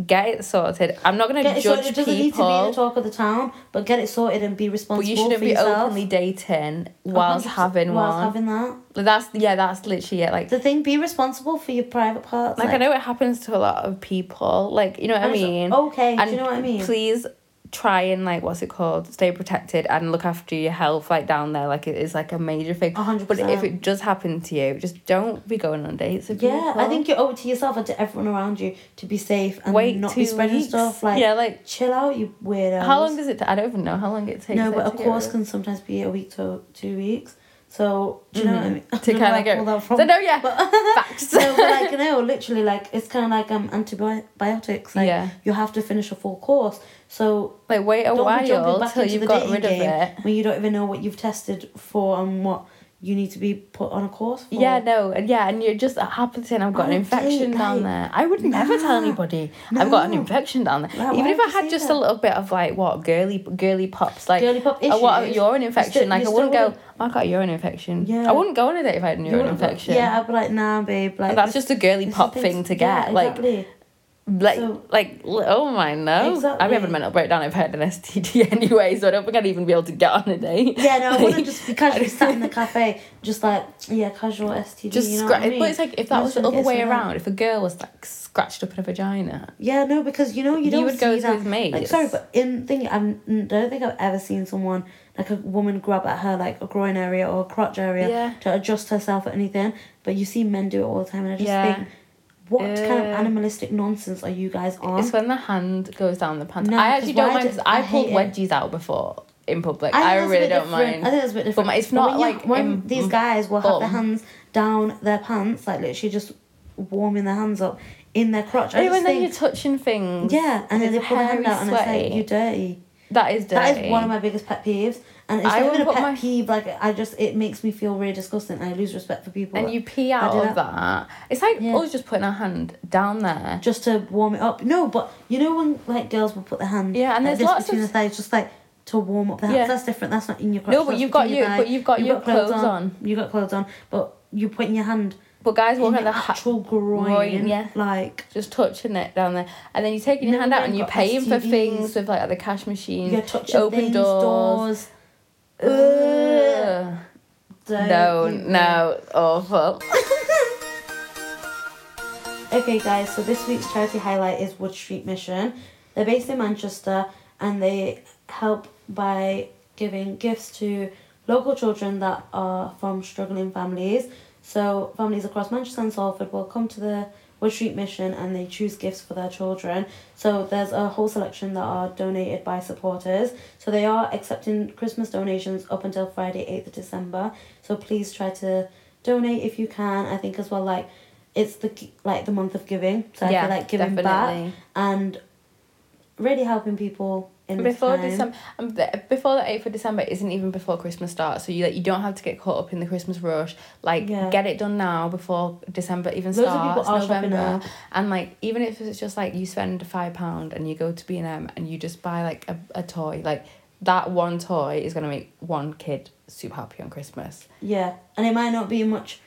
A: get it sorted. I'm not gonna
B: Get it
A: judge
B: sorted. It doesn't need to be
A: people,
B: the talk of the town, but get it sorted and be responsible
A: but you
B: for
A: shouldn't be
B: yourself.
A: openly dating whilst
B: 100%
A: having
B: whilst
A: one.
B: having that.
A: Like, that's yeah, that's literally it. Like,
B: The thing, be responsible for your private parts.
A: like I know it happens to a lot of people. Like, you know what I
B: And it's
A: mean?
B: okay, do
A: And
B: you know what I mean?
A: Please try and like what's it called? Stay protected and look after your health like down there. Like it is like a major thing.
B: A hundred
A: But if
B: percent.
A: it does happen to you, just don't be going on dates. With
B: Yeah, I
A: people.
B: think you're owe it to yourself and to everyone around you to be safe and
A: Wait
B: not
A: two
B: be spreading
A: weeks.
B: stuff. Like,
A: yeah, like
B: chill out, you weirdos.
A: how long does it? ta- I don't even know how long it takes.
B: No,
A: like,
B: but
A: to
B: a
A: get
B: course
A: rid-
B: can sometimes be a week to two weeks. So do you know what I mean? I
A: Mm-hmm. To
B: don't know where
A: kind
B: I
A: of go.
B: pulled that from.
A: So no, yeah,
B: But-
A: facts.
B: so but like no, literally like it's kind of like um antibiotics. Like
A: Yeah.
B: you have to finish a full course. So
A: like wait a
B: don't be jumping
A: while
B: back
A: till
B: into
A: you've
B: the
A: got
B: dating
A: rid of
B: game
A: it.
B: when you don't even know what you've tested for and what you need to be put on a course for.
A: Yeah, no, and yeah, and you're just uh, happily saying I've got an
B: Oh,
A: infection
B: dude,
A: down
B: like,
A: there. I would never tell
B: nah,
A: anybody I've got an
B: no.
A: infection down there.
B: Like,
A: Even
B: why
A: if
B: would
A: I
B: you
A: had
B: say
A: just a
B: that?
A: little bit of like what girly girly pops, like
B: Girly pop
A: oh, what
B: issues,
A: urine
B: you
A: infection?
B: still-
A: like
B: you
A: I wouldn't
B: still
A: go. Oh, I got a urine infection.
B: Yeah.
A: I wouldn't go on a date if I had a
B: You
A: urine
B: wouldn't-
A: infection.
B: Yeah, I'd be like, nah, babe. Like
A: And that's
B: this-
A: just a girly
B: this is
A: pop
B: things-
A: thing to
B: yeah,
A: get. like
B: exactly.
A: like
B: So-
A: like li- oh my no i'd be having a
B: Exactly.
A: mental breakdown if i had an std anyway so i don't think i'd even be able to get on a date
B: Yeah, no, I
A: Like,
B: wouldn't just be casually sat in the cafe, just like yeah, casual STD.
A: just
B: you know
A: scratch
B: what I mean?
A: but it's like if that
B: I'm
A: was
B: just
A: the
B: gonna
A: other
B: get
A: way
B: some
A: around if a girl was like scratched up in her vagina
B: Yeah, no, because you know you
A: You
B: don't
A: would
B: see
A: go
B: that.
A: with me.
B: Like, sorry, but in thing, I don't think I've ever seen someone like a woman grab at her like a groin area or a crotch area
A: Yeah.
B: to adjust herself or anything. But you see men do it all the time, and I just
A: Yeah.
B: think, what kind of
A: Ew.
B: animalistic nonsense are you guys on?
A: it's when the hand goes down the pants
B: No,
A: i
B: 'cause
A: actually don't
B: why
A: mind
B: do-
A: 'cause i,
B: I
A: pulled
B: hate it.
A: wedgies out before in public
B: think
A: i,
B: that's a
A: really
B: bit
A: don't
B: different.
A: mind
B: I think that's a bit
A: but
B: different.
A: my- it's not
B: when you-
A: like
B: when
A: in-
B: these guys will have their
A: bum.
B: hands down their pants, like literally just warming their hands up in their crotch. I
A: even
B: just
A: when
B: think,
A: you're touching things
B: yeah, and then
A: it's
B: they pull their hand
A: hairy,
B: out, and it's like
A: sweaty.
B: you dirty.
A: that is dirty
B: That is one of my biggest pet peeves, and it's
A: I
B: not
A: would
B: even a
A: put
B: pet
A: my-
B: peeve. Like I just, it makes me feel really disgusting. I lose respect for people.
A: and you pee
B: I
A: out
B: do
A: of that. It's like
B: Yeah.
A: always just putting our hand down there.
B: just to warm it up. No, but you know when like girls will put their hand
A: Yeah, and
B: like,
A: there's
B: this
A: lots
B: between
A: of-
B: the thighs, just like to warm up the hands.
A: Yeah.
B: That's different. That's not in your crotch.
A: No, but
B: that's
A: you've got
B: between
A: you-
B: thigh.
A: but you've got your clothes on.
B: You got clothes on, but you're putting your hand
A: But guys
B: in
A: walking at
B: your
A: the ha-
B: actual groin,
A: groin, yeah.
B: like
A: just touching it down there, and then you're taking your
B: No,
A: hand out
B: I've
A: and you're
B: got
A: paying for
B: STDs.
A: things with like at the cash machines,
B: you're touching
A: Mm. open
B: things,
A: doors.
B: doors. Ugh.
A: Ugh.
B: Don't
A: No,
B: even.
A: no, awful.
B: Okay, guys, so this week's charity highlight is Wood Street Mission. They're based in Manchester and they help by giving gifts to local children that are from struggling families. So, families across Manchester and Salford will come to the Wood Street Mission and they choose gifts for their children. So, there's a whole selection that are donated by supporters. So, they are accepting Christmas donations up until Friday, 8th of December. So, please try to donate if you can. I think, as well, like, it's the g- like the month of giving, so I
A: Yeah,
B: feel like giving
A: definitely.
B: back and really helping people in this
A: Before
B: time.
A: December, um, the, before the eighth of December isn't even before Christmas starts, so you like you don't have to get caught up in the Christmas rush. Like
B: Yeah.
A: get it done now before December even
B: Loads of people
A: starts.
B: are shopping
A: November,
B: now.
A: and like even if it's just like you spend five pound and you go to B and M and you just buy like a, a toy, like that one toy is gonna make one kid super happy on Christmas.
B: Yeah, and it might not be much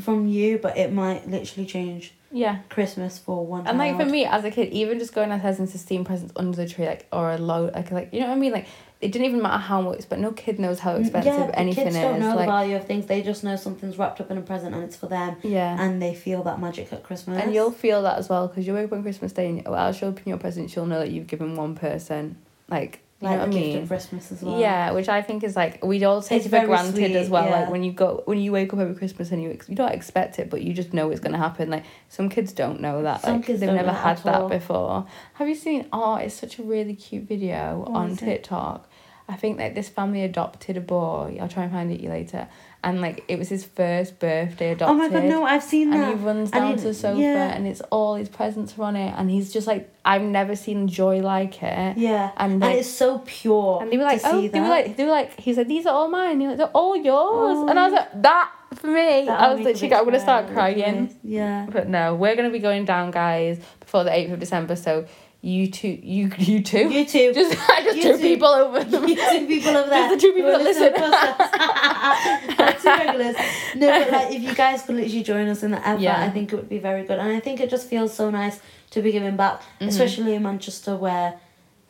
B: from you, but it might literally change
A: Yeah.
B: Christmas for one.
A: And like for
B: child.
A: me as a kid, even just going outside and seeing presents under the tree, like or a low, like like you know what I mean, like it didn't even matter how much, but no kid knows how expensive
B: Mm, yeah, the
A: anything
B: kids
A: is.
B: don't know
A: like
B: the value of things. They just know something's wrapped up in a present and it's for them,
A: yeah,
B: and they feel that magic at Christmas.
A: and, you'll feel that as well because you wake up on Christmas Day and well, as you open your presents, you'll know that you've given one person like you
B: like
A: know what I
B: the gift
A: mean.
B: of Christmas as well.
A: Yeah, which I think is like we all take
B: It's
A: it for
B: very
A: granted
B: sweet,
A: as well.
B: yeah.
A: Like when you go when you wake up every Christmas and you ex- you don't expect it, but you just know it's gonna happen. Like some kids don't know that.
B: Some
A: like
B: kids
A: they've
B: don't
A: never
B: know
A: had
B: at
A: that
B: all.
A: before. Have you seen? Oh, it's such a really cute video
B: What
A: on
B: is it?
A: TikTok. I think like this family adopted a boy. I'll try and find it you later. And like it was his first birthday adopted.
B: Oh my god, no! I've seen that.
A: And he runs
B: And
A: down
B: he-
A: to the sofa
B: yeah.
A: and it's all his presents are on it and he's just like I've never seen joy like it.
B: yeah,
A: And,
B: and,
A: like-
B: it's so pure.
A: And they were
B: to
A: like, oh,
B: see
A: they were
B: that.
A: like, they were like, he said, these are all mine. They were like, they're all yours.
B: Oh,
A: and I was
B: yeah.
A: like, that for me.
B: That
A: I was
B: would make a
A: literally,
B: big
A: I'm gonna start
B: cry, wouldn't
A: crying.
B: it? Yeah.
A: But no, we're gonna be going down, guys, before the eighth of December. So you two, you you two,
B: You too.
A: just just
B: You
A: two
B: two.
A: people over. them.
B: you two people over there.
A: Just the two people
B: who
A: that
B: are
A: listen.
B: listening to us. Not two regulars. No, but like if you guys could literally join us in that effort,
A: Yeah.
B: I think it would be very good. And I think it just feels so nice to be giving back,
A: Mm-hmm.
B: especially in Manchester where,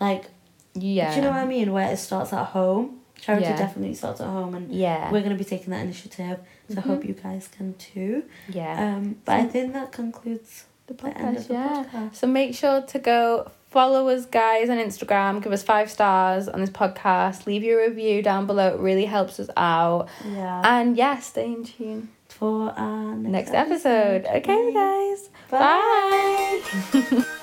B: like,
A: yeah.
B: do you know what I mean? Where it starts at home. Charity
A: Yeah.
B: definitely starts at home, and
A: Yeah. Mm-hmm.
B: we're going to be taking that initiative. So I hope you guys can too.
A: yeah.
B: Um, but I think that concludes
A: the
B: the end
A: podcast,
B: of the
A: yeah.
B: podcast.
A: So make sure to go follow us, guys, on Instagram. Give us five stars on this podcast. Leave your review down below. It really helps us out.
B: Yeah.
A: And yeah, stay in tune.
B: for our next,
A: next episode. Okay,
B: Bye.
A: guys.
B: Bye.
A: Bye.